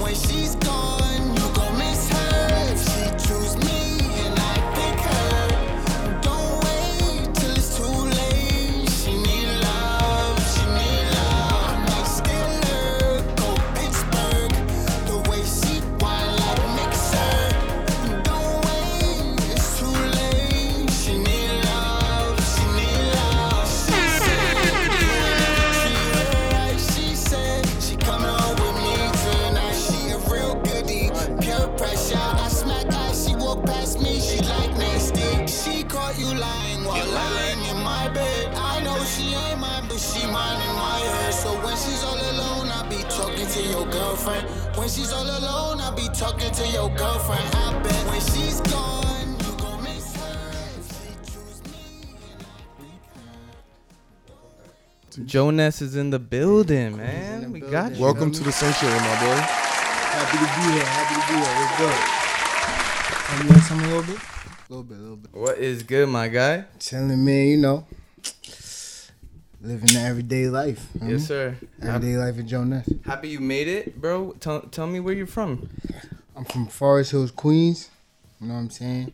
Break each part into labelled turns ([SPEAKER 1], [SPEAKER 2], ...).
[SPEAKER 1] When she's gone, you gon' miss her. If she choose me and I pick her, don't wait till it's too late. She need love, she need love. I might steal her, go Pittsburgh. The way she whine like mixer. Don't wait, it's too late. She need love, she need love. She she said she coming home with me tonight. She a real goodie, pure pressure. I smack her, she walk past me, she like nasty. She caught you lying while lying in my bed. I know she ain't mine, but she mine in my head. So when she's all alone, I be talking to your girlfriend. When she's all alone, I be talking to your girlfriend. I bet when she's gone, you gon' miss her. If she choose me, and I pick her.
[SPEAKER 2] Jonas is in the building, man.
[SPEAKER 3] the
[SPEAKER 2] we
[SPEAKER 3] building.
[SPEAKER 2] got you.
[SPEAKER 4] Welcome to the sanctuary, my
[SPEAKER 3] Happy to be here. Happy to be here. What's good? Tell me like something a little bit? A little bit, a little bit.
[SPEAKER 2] What is good, my guy?
[SPEAKER 3] Chilling, man, you know. Living the everyday life. mhm.
[SPEAKER 2] Yes, sir.
[SPEAKER 3] Everyday life at Joe Ness.
[SPEAKER 2] Happy you made it, bro. Tell, tell me where you're from.
[SPEAKER 3] I'm from Forest Hills, Queens. You know what I'm saying?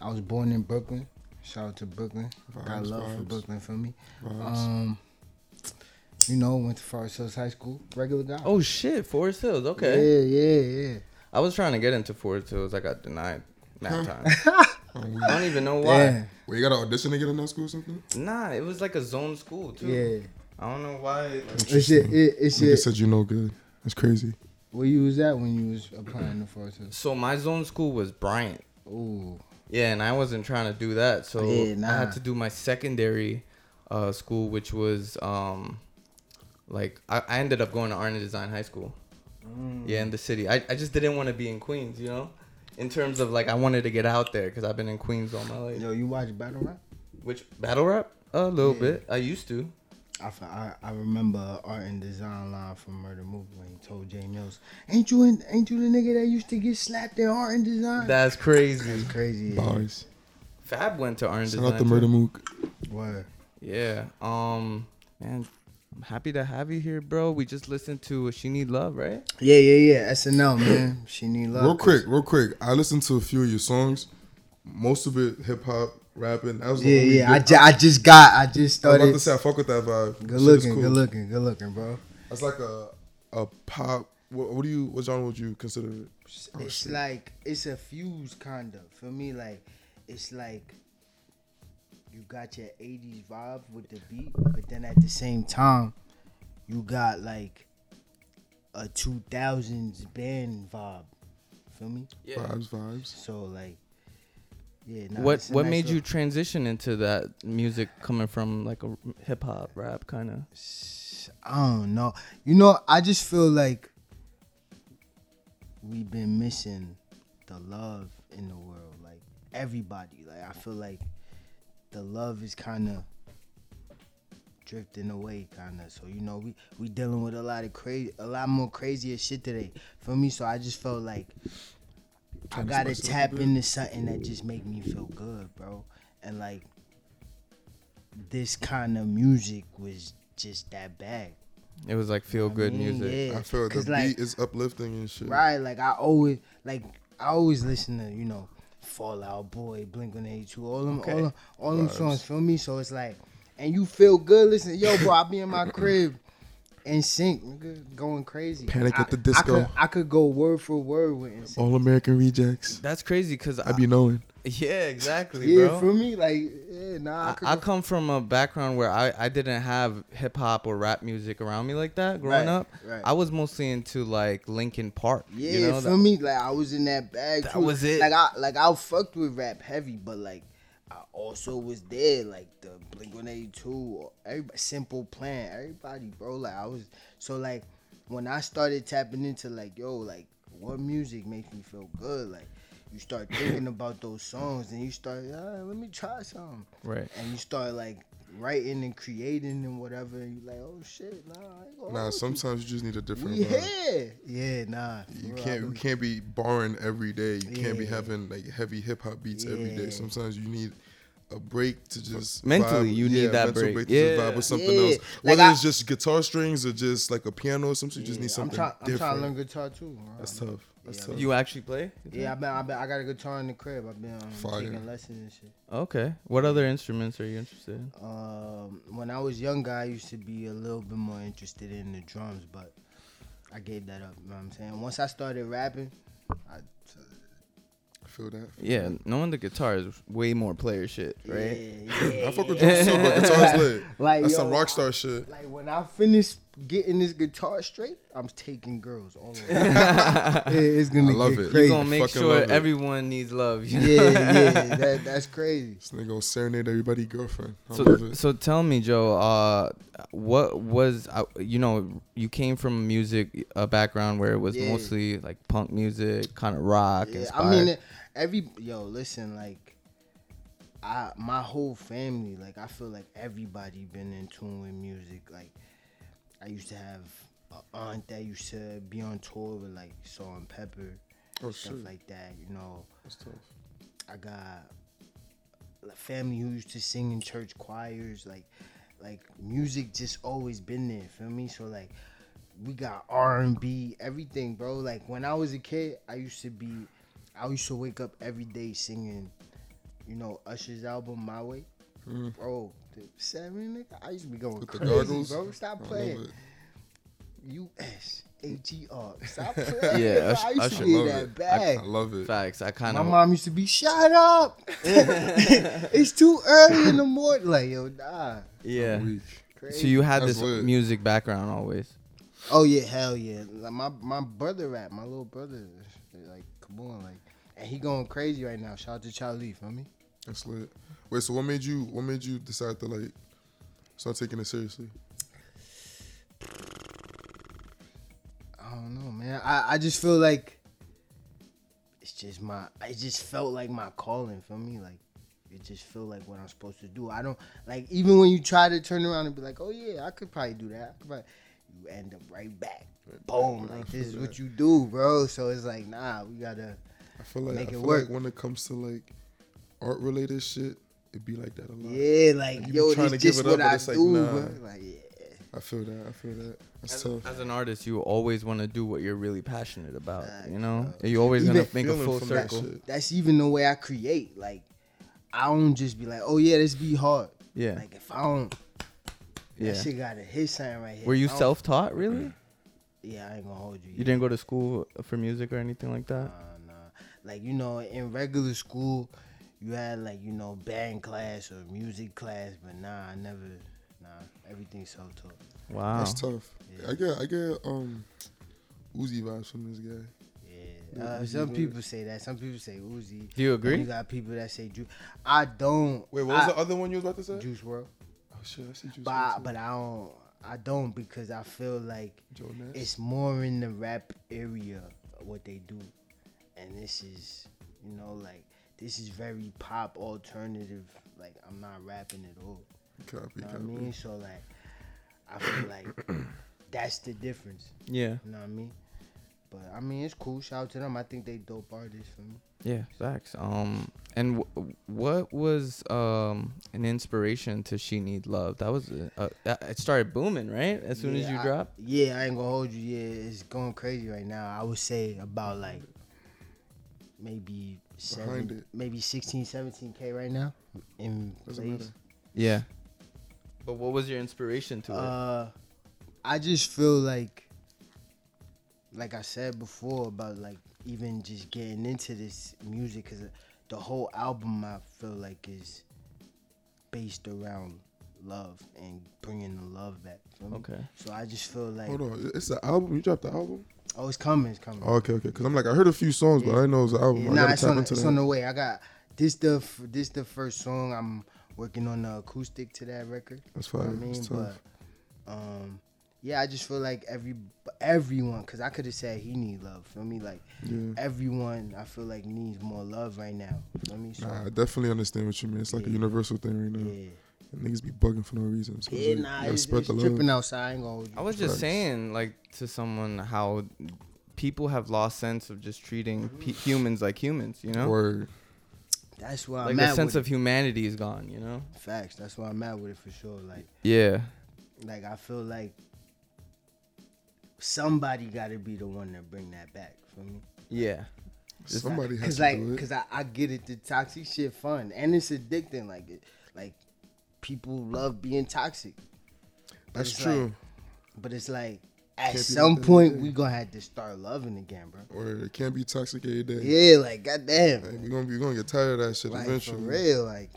[SPEAKER 3] I was born in Brooklyn. Shout out to Brooklyn. Got
[SPEAKER 4] Vibes,
[SPEAKER 3] love for
[SPEAKER 4] vibes.
[SPEAKER 3] Brooklyn, feel me?
[SPEAKER 4] boy. Vibes.
[SPEAKER 3] Um, you know, went to Forest Hills High School. Regular guy.
[SPEAKER 2] Oh shit, Forest Hills. Okay.
[SPEAKER 3] Yeah, yeah, yeah.
[SPEAKER 2] I was trying to get into Forest Hills. I got denied. That time.
[SPEAKER 3] Uh,
[SPEAKER 2] I don't even know why.
[SPEAKER 3] Damn.
[SPEAKER 4] Wait, you got to audition to get in that school or something?
[SPEAKER 2] Nah, it was like a zone school too.
[SPEAKER 3] Yeah.
[SPEAKER 2] I don't know why.
[SPEAKER 3] It's your, it, it's
[SPEAKER 4] Nigga
[SPEAKER 3] your,
[SPEAKER 4] said you know good. That's crazy.
[SPEAKER 3] where you was at when you was applying to Forest Hills?
[SPEAKER 2] So my zone school was Bryant.
[SPEAKER 3] Ooh.
[SPEAKER 2] Yeah, and I wasn't trying to do that, so
[SPEAKER 3] Yeah, nah.
[SPEAKER 2] I had to do my secondary uh, school, which was um, like I, I ended up going to Arna Design High School. Yeah, in the city. I, I just didn't want to be in Queens, you know. In terms of like, I wanted to get out there because I've been in Queens all my life.
[SPEAKER 3] Yo, you watch Battle Rap?
[SPEAKER 2] Which battle rap? A little
[SPEAKER 3] Yeah.
[SPEAKER 2] bit. I used to.
[SPEAKER 3] I, f- I- I remember a art and design line from Murder Movie when he told Jay Mills, "Ain't you in, ain't you the nigga that used to get slapped in art and design?"
[SPEAKER 2] That's crazy.
[SPEAKER 3] That's crazy.
[SPEAKER 4] Bars.
[SPEAKER 2] Fab went to Arna
[SPEAKER 4] Shout
[SPEAKER 2] Design.
[SPEAKER 4] out
[SPEAKER 2] too.
[SPEAKER 4] to Murder Mook.
[SPEAKER 3] Word.
[SPEAKER 2] Yeah. Um. Man, I'm happy to have you here, bro. We just listened to "She Need Love," right?
[SPEAKER 3] Yeah, yeah, yeah. SNL man, she need love.
[SPEAKER 4] Real quick, real quick. I listened to a few of your songs. Most of it hip hop, rapping. That was the
[SPEAKER 3] Yeah,
[SPEAKER 4] only
[SPEAKER 3] yeah. I,
[SPEAKER 4] bit-
[SPEAKER 3] ju- I just got, I just
[SPEAKER 4] I was
[SPEAKER 3] started.
[SPEAKER 4] about to say I fuck with that vibe.
[SPEAKER 3] good
[SPEAKER 4] Shit is
[SPEAKER 3] looking,
[SPEAKER 4] cool.
[SPEAKER 3] good looking, good looking, bro.
[SPEAKER 4] That's like a a pop. What, what do you? What genre would you consider it?
[SPEAKER 3] It's,
[SPEAKER 2] Oh,
[SPEAKER 3] it's like it's a fuse kind of for me. Like it's like you got your '80s vibe with the beat, but then at the same time, you got like a 2000s band vibe. Feel me?
[SPEAKER 4] Vibes, vibes.
[SPEAKER 3] So like, yeah. Nah,
[SPEAKER 2] what
[SPEAKER 3] it's a
[SPEAKER 2] What
[SPEAKER 3] nice
[SPEAKER 2] made you
[SPEAKER 3] little-
[SPEAKER 2] transition into that music coming from like a hip hop rap kind of?
[SPEAKER 3] I don't know. You know, I just feel like we've been missing the love in the world. Like everybody. Like I feel like the love is kind of drifting away, kind of. So you know, we we dealing with a lot of crazy, a lot more crazier shit today. For me, so I just felt like I
[SPEAKER 4] Trying to
[SPEAKER 3] gotta
[SPEAKER 4] spice it up a
[SPEAKER 3] tap
[SPEAKER 4] bit.
[SPEAKER 3] into something that just make me feel good, bro. And like this kind of music was just that bag.
[SPEAKER 2] It was like feel good
[SPEAKER 3] mean,
[SPEAKER 2] music.
[SPEAKER 3] Yeah,
[SPEAKER 4] I feel the
[SPEAKER 3] 'cause, like-
[SPEAKER 4] beat is uplifting and shit.
[SPEAKER 3] Right, like I always like I always listen to, you know, Fallout Boy, Blink One Eighty Two, all them all them, all them songs feel me. So it's like and you feel good listening, yo bro, I be in my crib in sync, nigga, going crazy.
[SPEAKER 4] Panic
[SPEAKER 3] I-
[SPEAKER 4] at the
[SPEAKER 3] I could,
[SPEAKER 4] Disco.
[SPEAKER 3] I could go word for word with NSYNC.
[SPEAKER 4] All American rejects.
[SPEAKER 2] That's crazy because I
[SPEAKER 4] I be knowing.
[SPEAKER 2] yeah
[SPEAKER 4] Oh,
[SPEAKER 2] exactly
[SPEAKER 3] Yeah,
[SPEAKER 2] bro.
[SPEAKER 3] for me, like yeah, nah, I
[SPEAKER 2] I,
[SPEAKER 3] could
[SPEAKER 2] I
[SPEAKER 3] go-
[SPEAKER 2] come from a background where I, I didn't have hip hop or rap music around me like that growing
[SPEAKER 3] Right,
[SPEAKER 2] up.
[SPEAKER 3] right.
[SPEAKER 2] I was mostly into like Linkin Park.
[SPEAKER 3] Yeah,
[SPEAKER 2] you know,
[SPEAKER 3] for
[SPEAKER 2] the-
[SPEAKER 3] me, like I was in that bag.
[SPEAKER 2] That
[SPEAKER 3] too.
[SPEAKER 2] was it.
[SPEAKER 3] Like I, like I fucked with rap heavy, but like I also was there, like the Blink One Eighty Two, everybody, Simple Plan, everybody, bro. Like I was, so like when I started tapping into like yo, like what music makes me feel good, like. You start thinking about those songs, and you start, "Ah, let me try some,
[SPEAKER 2] right.
[SPEAKER 3] and you start like writing and creating and whatever. And you like, oh shit, nah, I ain't gonna
[SPEAKER 4] Nah,
[SPEAKER 3] hold you."
[SPEAKER 4] sometimes you just need a different
[SPEAKER 3] we
[SPEAKER 4] vibe.
[SPEAKER 3] here, yeah, nah. for
[SPEAKER 4] You
[SPEAKER 3] real, I
[SPEAKER 4] can't you
[SPEAKER 3] believe-
[SPEAKER 4] can't be barring every day. You can't be
[SPEAKER 3] Yeah.
[SPEAKER 4] having like heavy hip hop beats every
[SPEAKER 3] Yeah.
[SPEAKER 4] day. Sometimes you need a break to just
[SPEAKER 2] Mentally,
[SPEAKER 4] vibe-
[SPEAKER 2] you need
[SPEAKER 4] yeah,
[SPEAKER 2] that
[SPEAKER 4] mental
[SPEAKER 2] break.
[SPEAKER 4] to just
[SPEAKER 2] Yeah.
[SPEAKER 4] vibe with something
[SPEAKER 3] Yeah.
[SPEAKER 4] else.
[SPEAKER 3] Like
[SPEAKER 4] Whether
[SPEAKER 3] I-
[SPEAKER 4] it's just guitar strings or just like a piano or something, you just need something
[SPEAKER 3] I'm, try, I'm
[SPEAKER 4] different.
[SPEAKER 3] trying to learn guitar too. bro.
[SPEAKER 4] That's tough. That's tough.
[SPEAKER 2] You actually play?
[SPEAKER 3] Yeah, I've been, I've been, I got a guitar in the crib. I've been um,
[SPEAKER 4] Fire.
[SPEAKER 3] taking lessons and shit.
[SPEAKER 2] Okay. What other instruments are you interested in?
[SPEAKER 3] Um, when I was younger, I used to be a little bit more interested in the drums, but I gave that up. You know what I'm saying? Once I started rapping, I,
[SPEAKER 4] feel that.
[SPEAKER 2] Yeah, knowing the guitar is way more player shit, right?
[SPEAKER 3] yeah, yeah,
[SPEAKER 4] I fuck with
[SPEAKER 3] yeah.
[SPEAKER 4] drums too, but guitar's lit.
[SPEAKER 3] Like,
[SPEAKER 4] That's
[SPEAKER 3] yo,
[SPEAKER 4] some rock star shit.
[SPEAKER 3] Like when I finish getting this guitar straight, I'm taking girls all over. it's gonna
[SPEAKER 4] I love
[SPEAKER 3] get
[SPEAKER 4] it.
[SPEAKER 2] You're
[SPEAKER 3] crazy.
[SPEAKER 2] gonna make
[SPEAKER 4] Fucking
[SPEAKER 2] sure
[SPEAKER 4] love it.
[SPEAKER 2] everyone needs love. You know?
[SPEAKER 3] yeah, yeah, that, that's crazy.
[SPEAKER 4] This nigga gonna serenade everybody girlfriend. I love
[SPEAKER 2] So,
[SPEAKER 4] it.
[SPEAKER 2] so tell me, Joe, uh, what was uh, you know you came from a music a background where it was
[SPEAKER 3] Yeah.
[SPEAKER 2] mostly like punk music, kind of rock.
[SPEAKER 3] Yeah,
[SPEAKER 2] inspired.
[SPEAKER 3] I mean, every yo, listen, like, I my whole family, like, I feel like everybody been in tune with music. Like, I used to have an aunt that used to be on tour with like Salt and Pepper,
[SPEAKER 4] Oh,
[SPEAKER 3] stuff
[SPEAKER 4] shit.
[SPEAKER 3] like that. You know,
[SPEAKER 4] That's tough.
[SPEAKER 3] I got a family who used to sing in church choirs, like like music just always been there, feel me? So like we got R and B, everything, bro. Like when I was a kid, I used to be I used to wake up every day singing, you know, Usher's album My Way. Bro, the seven nigga, I used to be going
[SPEAKER 4] Mm. With the
[SPEAKER 3] crazy,
[SPEAKER 4] goggles.
[SPEAKER 3] bro. Stop
[SPEAKER 4] I love
[SPEAKER 3] playing.
[SPEAKER 4] it.
[SPEAKER 3] U S H E R. Stop playing.
[SPEAKER 2] Yeah,
[SPEAKER 3] bro.
[SPEAKER 2] Ush-
[SPEAKER 3] I used
[SPEAKER 2] Usher.
[SPEAKER 3] to
[SPEAKER 4] I
[SPEAKER 3] be
[SPEAKER 4] love
[SPEAKER 3] that
[SPEAKER 4] it.
[SPEAKER 3] bag.
[SPEAKER 4] I, I love it.
[SPEAKER 2] facts. I kind
[SPEAKER 3] My
[SPEAKER 2] of
[SPEAKER 3] mom used to be, shut up. it's too early in the morning. Like, yo, nah.
[SPEAKER 2] yeah.
[SPEAKER 4] Weak.
[SPEAKER 3] Crazy.
[SPEAKER 2] So you had
[SPEAKER 4] That's
[SPEAKER 2] this
[SPEAKER 4] lit.
[SPEAKER 2] music background always.
[SPEAKER 3] oh, yeah, hell yeah. Like, my, my brother rap, my little brother, like, come on. Like, and he going crazy right now. Shout out to Charlie, feel me?
[SPEAKER 4] That's lit. Wait, so what made you what made you decide to like start taking it seriously?
[SPEAKER 3] I don't know, man. I, I just feel like it's just my I just felt like my calling, feel me? Like it just feel like what I'm supposed to do. I don't like even when you try to turn around and be like, Oh yeah, I could probably do that. I could probably, you end up right back. Boom. Like this is what you do, bro. So it's like, nah, we gotta
[SPEAKER 4] I feel like
[SPEAKER 3] Make
[SPEAKER 4] I
[SPEAKER 3] it
[SPEAKER 4] feel
[SPEAKER 3] work.
[SPEAKER 4] like when it comes to like art related shit, it be like that a lot.
[SPEAKER 3] Yeah, like
[SPEAKER 4] You be
[SPEAKER 3] yo,
[SPEAKER 4] trying
[SPEAKER 3] this
[SPEAKER 4] to give
[SPEAKER 3] just
[SPEAKER 4] it
[SPEAKER 3] what
[SPEAKER 4] up, but
[SPEAKER 3] I
[SPEAKER 4] it's like,
[SPEAKER 3] do,
[SPEAKER 4] nah.
[SPEAKER 3] bro. Like yeah.
[SPEAKER 4] I feel that. I feel that. That's
[SPEAKER 2] As,
[SPEAKER 4] tough.
[SPEAKER 2] as an artist, you always want to do what you're really passionate about.
[SPEAKER 3] Facts,
[SPEAKER 2] You know,
[SPEAKER 3] bro.
[SPEAKER 2] you always
[SPEAKER 3] Even
[SPEAKER 2] gonna make a
[SPEAKER 4] feeling
[SPEAKER 2] full
[SPEAKER 4] from that
[SPEAKER 2] circle.
[SPEAKER 4] shit.
[SPEAKER 3] That's even the way I create. Like I don't just be like, Oh yeah, this be hard.
[SPEAKER 2] Yeah,
[SPEAKER 3] Like if I don't
[SPEAKER 2] yeah.
[SPEAKER 3] That shit gotta hit something right here.
[SPEAKER 2] Were you
[SPEAKER 3] I don't-
[SPEAKER 2] self-taught really?
[SPEAKER 3] Yeah, I ain't gonna hold you.
[SPEAKER 2] You didn't go to school for music or anything like that.
[SPEAKER 3] Nah, nah. Like you know, in regular school, you had like you know band class or music class, but nah, I never. Nah, everything self taught.
[SPEAKER 2] Wow.
[SPEAKER 4] That's tough.
[SPEAKER 3] Yeah.
[SPEAKER 4] I get I get um Uzi vibes from this guy.
[SPEAKER 3] Yeah.
[SPEAKER 4] Yeah,
[SPEAKER 3] Uh,
[SPEAKER 4] Uzi
[SPEAKER 3] some
[SPEAKER 4] Vert.
[SPEAKER 3] people say that. Some people say Uzi.
[SPEAKER 2] Do you
[SPEAKER 3] You
[SPEAKER 2] agree?
[SPEAKER 3] got people that say Juice. I don't.
[SPEAKER 4] Wait, what was
[SPEAKER 3] I-
[SPEAKER 4] the other one you was about to say?
[SPEAKER 3] Juice World?
[SPEAKER 4] Oh shit, I see Juice.
[SPEAKER 3] But I, but I don't. I don't because I feel like
[SPEAKER 4] Joe Nash.
[SPEAKER 3] it's more in the rap area what they do and this is you know like this is very pop alternative like i'm not rapping at all
[SPEAKER 4] Copy,
[SPEAKER 3] you know what i
[SPEAKER 4] copy.
[SPEAKER 3] mean so like i feel like that's the difference
[SPEAKER 2] Yeah.
[SPEAKER 3] you know what i mean but i mean it's cool shout out to them i think they dope artists for me
[SPEAKER 2] Yeah. Facts. Um. And w- what was um an inspiration to "She Need Love"? That was a, a, that- it started booming right as soon as
[SPEAKER 3] Yeah,
[SPEAKER 2] you
[SPEAKER 3] I-
[SPEAKER 2] dropped.
[SPEAKER 3] Yeah, I ain't gonna hold you. Yeah, it's going crazy right now. I would say about like maybe
[SPEAKER 4] Behind
[SPEAKER 3] seven,
[SPEAKER 4] it.
[SPEAKER 3] maybe 16, 17 k right now in
[SPEAKER 4] Doesn't
[SPEAKER 3] plays.
[SPEAKER 2] Yeah. But what was your inspiration to it?
[SPEAKER 3] Uh, I just feel like, like I said before about like even just getting into this music because the whole album I feel like is based around love and bringing the love back. feel me?
[SPEAKER 2] Okay.
[SPEAKER 3] So I just feel like
[SPEAKER 4] Hold on, it's an album. You dropped the album?
[SPEAKER 3] oh, it's coming, it's coming.
[SPEAKER 4] Oh, okay, okay. Cause I'm like, I heard a few songs, but I didn't know it was an album.
[SPEAKER 3] Yeah,
[SPEAKER 4] I
[SPEAKER 3] nah,
[SPEAKER 4] gotta
[SPEAKER 3] it's
[SPEAKER 4] tap
[SPEAKER 3] on,
[SPEAKER 4] into
[SPEAKER 3] it's
[SPEAKER 4] that.
[SPEAKER 3] on the way. I got this the f- this the first song I'm working on the acoustic to that record.
[SPEAKER 4] That's
[SPEAKER 3] You
[SPEAKER 4] fine.
[SPEAKER 3] know what I mean,
[SPEAKER 4] it's tough.
[SPEAKER 3] but um, yeah, I just feel like every everyone, cause I could have said he need love. Feel me, like
[SPEAKER 4] yeah.
[SPEAKER 3] everyone, I feel like needs more love right now. Feel me, so
[SPEAKER 4] Nah, I definitely understand what you mean. It's like a
[SPEAKER 3] Yeah.
[SPEAKER 4] universal thing right now.
[SPEAKER 3] yeah,
[SPEAKER 4] Niggas be bugging for no reason. So it's
[SPEAKER 3] yeah,
[SPEAKER 4] like, you
[SPEAKER 3] nah,
[SPEAKER 4] gotta
[SPEAKER 3] it's,
[SPEAKER 4] spread
[SPEAKER 3] it's
[SPEAKER 4] the love.
[SPEAKER 3] tripping outside. I ain't gonna hold you.
[SPEAKER 2] I was just
[SPEAKER 4] Facts.
[SPEAKER 2] saying, like, to someone how Mm-hmm. people have lost sense of just treating pe- humans like humans. You know.
[SPEAKER 4] Word.
[SPEAKER 3] That's why
[SPEAKER 2] Like
[SPEAKER 3] I'm
[SPEAKER 2] the
[SPEAKER 3] at
[SPEAKER 2] sense
[SPEAKER 3] with
[SPEAKER 2] of humanity is gone, you know?
[SPEAKER 3] it. facts. That's why I'm at with it for sure. Like
[SPEAKER 2] Yeah.
[SPEAKER 3] like I feel like somebody got to be the one to bring that back for me.
[SPEAKER 2] Yeah.
[SPEAKER 4] Somebody has
[SPEAKER 3] Cause
[SPEAKER 4] to
[SPEAKER 3] like,
[SPEAKER 4] do it.
[SPEAKER 3] cause I, I get it. The toxic shit fun and it's addicting. Like it, like people love being toxic. But
[SPEAKER 4] That's
[SPEAKER 3] it's
[SPEAKER 4] true.
[SPEAKER 3] Like, but it's like at
[SPEAKER 4] be
[SPEAKER 3] some
[SPEAKER 4] nothing
[SPEAKER 3] point
[SPEAKER 4] every day.
[SPEAKER 3] we gonna have to start loving again, bro.
[SPEAKER 4] or it can't be toxic every day.
[SPEAKER 3] Yeah, like goddamn,
[SPEAKER 4] Like, you're gonna you're gonna get tired of that shit
[SPEAKER 3] like for
[SPEAKER 4] eventually.
[SPEAKER 3] real, like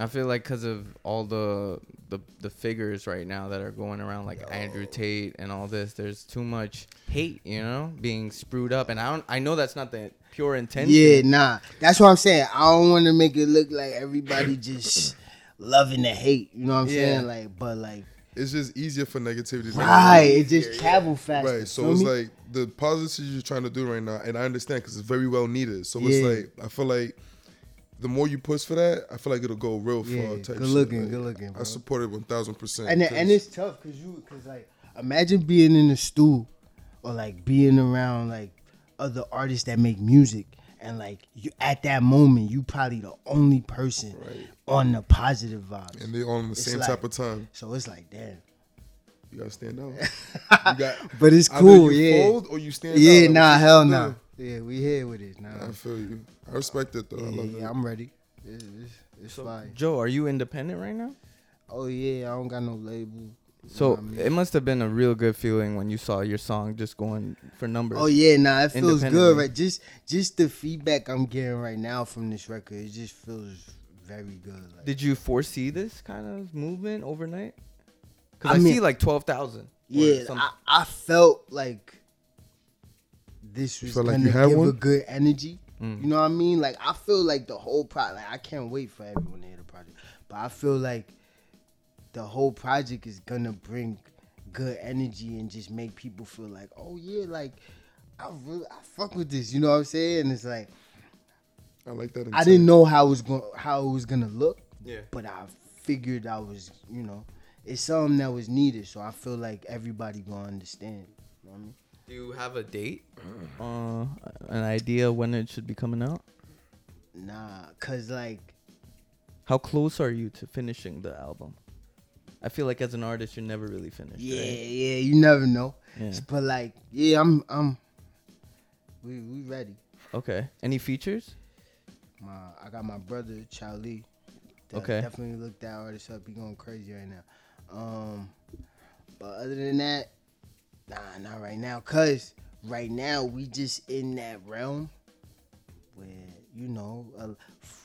[SPEAKER 2] I feel like because of all the, the the figures right now that are going around, like Andrew Tate and all this, there's too much hate, you know, being screwed up. And I don't, I know that's not the pure intention.
[SPEAKER 3] yeah, nah. That's what I'm saying. I don't want to make it look like everybody just loving the hate. You know what I'm
[SPEAKER 2] Yeah.
[SPEAKER 3] saying? Like, but like,
[SPEAKER 4] It's just easier for negativity. to-
[SPEAKER 3] right? It just travel faster.
[SPEAKER 4] Right, so
[SPEAKER 3] feel
[SPEAKER 4] it's
[SPEAKER 3] me?
[SPEAKER 4] like the positivity you're trying to do right now, and I understand because it's very well needed. So
[SPEAKER 3] Yeah.
[SPEAKER 4] it's like I feel like the more you push for that, I feel like it'll go real far.
[SPEAKER 3] Yeah,
[SPEAKER 4] type
[SPEAKER 3] good
[SPEAKER 4] shit.
[SPEAKER 3] looking,
[SPEAKER 4] Like,
[SPEAKER 3] good looking, bro.
[SPEAKER 4] I support it one thousand percent.
[SPEAKER 3] and and it's tough because you because like imagine being in the stool or like being around like other artists that make music and like you at that moment you probably the only person on the positive vibes.
[SPEAKER 4] and they're all on the
[SPEAKER 3] it's
[SPEAKER 4] same
[SPEAKER 3] like-
[SPEAKER 4] type of time.
[SPEAKER 3] so it's like damn.
[SPEAKER 4] You gotta stand out. you got,
[SPEAKER 3] But it's
[SPEAKER 4] either
[SPEAKER 3] cool,
[SPEAKER 4] you
[SPEAKER 3] yeah.
[SPEAKER 4] fold or you stand out.
[SPEAKER 3] yeah,
[SPEAKER 4] Like,
[SPEAKER 3] nah,
[SPEAKER 4] what you
[SPEAKER 3] hell
[SPEAKER 4] do?
[SPEAKER 3] no. Yeah, we here with it now.
[SPEAKER 4] I feel you. I respect it though. I
[SPEAKER 3] yeah,
[SPEAKER 4] love it.
[SPEAKER 3] yeah, I'm ready. It's, it's, it's fine.
[SPEAKER 2] Joe, are you independent right now?
[SPEAKER 3] Oh yeah, I don't got no label. You know
[SPEAKER 2] So
[SPEAKER 3] what I mean?
[SPEAKER 2] it must have been a real good feeling when you saw your song just going for numbers.
[SPEAKER 3] Oh yeah, nah, it feels good,
[SPEAKER 2] Independently.
[SPEAKER 3] right? Just just the feedback I'm getting right now from this record, it just feels very good. Like,
[SPEAKER 2] Did you foresee this kind of movement overnight?
[SPEAKER 3] I
[SPEAKER 2] Because I,
[SPEAKER 3] mean-
[SPEAKER 2] see like twelve thousand.
[SPEAKER 3] yeah, I, I felt like this was
[SPEAKER 4] felt like
[SPEAKER 3] gonna
[SPEAKER 4] you had
[SPEAKER 3] give a
[SPEAKER 4] one?
[SPEAKER 3] good energy.
[SPEAKER 2] Mm.
[SPEAKER 3] You know what I mean? Like I feel like the whole project. Like, I can't wait for everyone to hear the project, but I feel like the whole project is gonna bring good energy and just make people feel like, oh yeah, like I really I fuck with this. You know what I'm saying? And it's like.
[SPEAKER 4] I like that.
[SPEAKER 3] I didn't know how it was going how it was gonna look,
[SPEAKER 2] Yeah.
[SPEAKER 3] but I figured I was, you know, it's something that was needed. So I feel like everybody gonna understand. You know what I mean?
[SPEAKER 2] Do you have a date? Uh, an idea when it should be coming out?
[SPEAKER 3] Nah, cause like
[SPEAKER 2] How close are you to finishing the album? I feel like as an artist, you're never really finished.
[SPEAKER 3] yeah,
[SPEAKER 2] right?
[SPEAKER 3] yeah, you never know.
[SPEAKER 2] Yeah.
[SPEAKER 3] But like, yeah, I'm, I'm, we, we ready.
[SPEAKER 2] Okay. Any features?
[SPEAKER 3] My, I got my brother Charlie. that
[SPEAKER 2] Okay.
[SPEAKER 3] Definitely look that artist up. He going crazy right now. Um, but other than that, nah, not right now. Cause right now we just in that realm where you know, uh,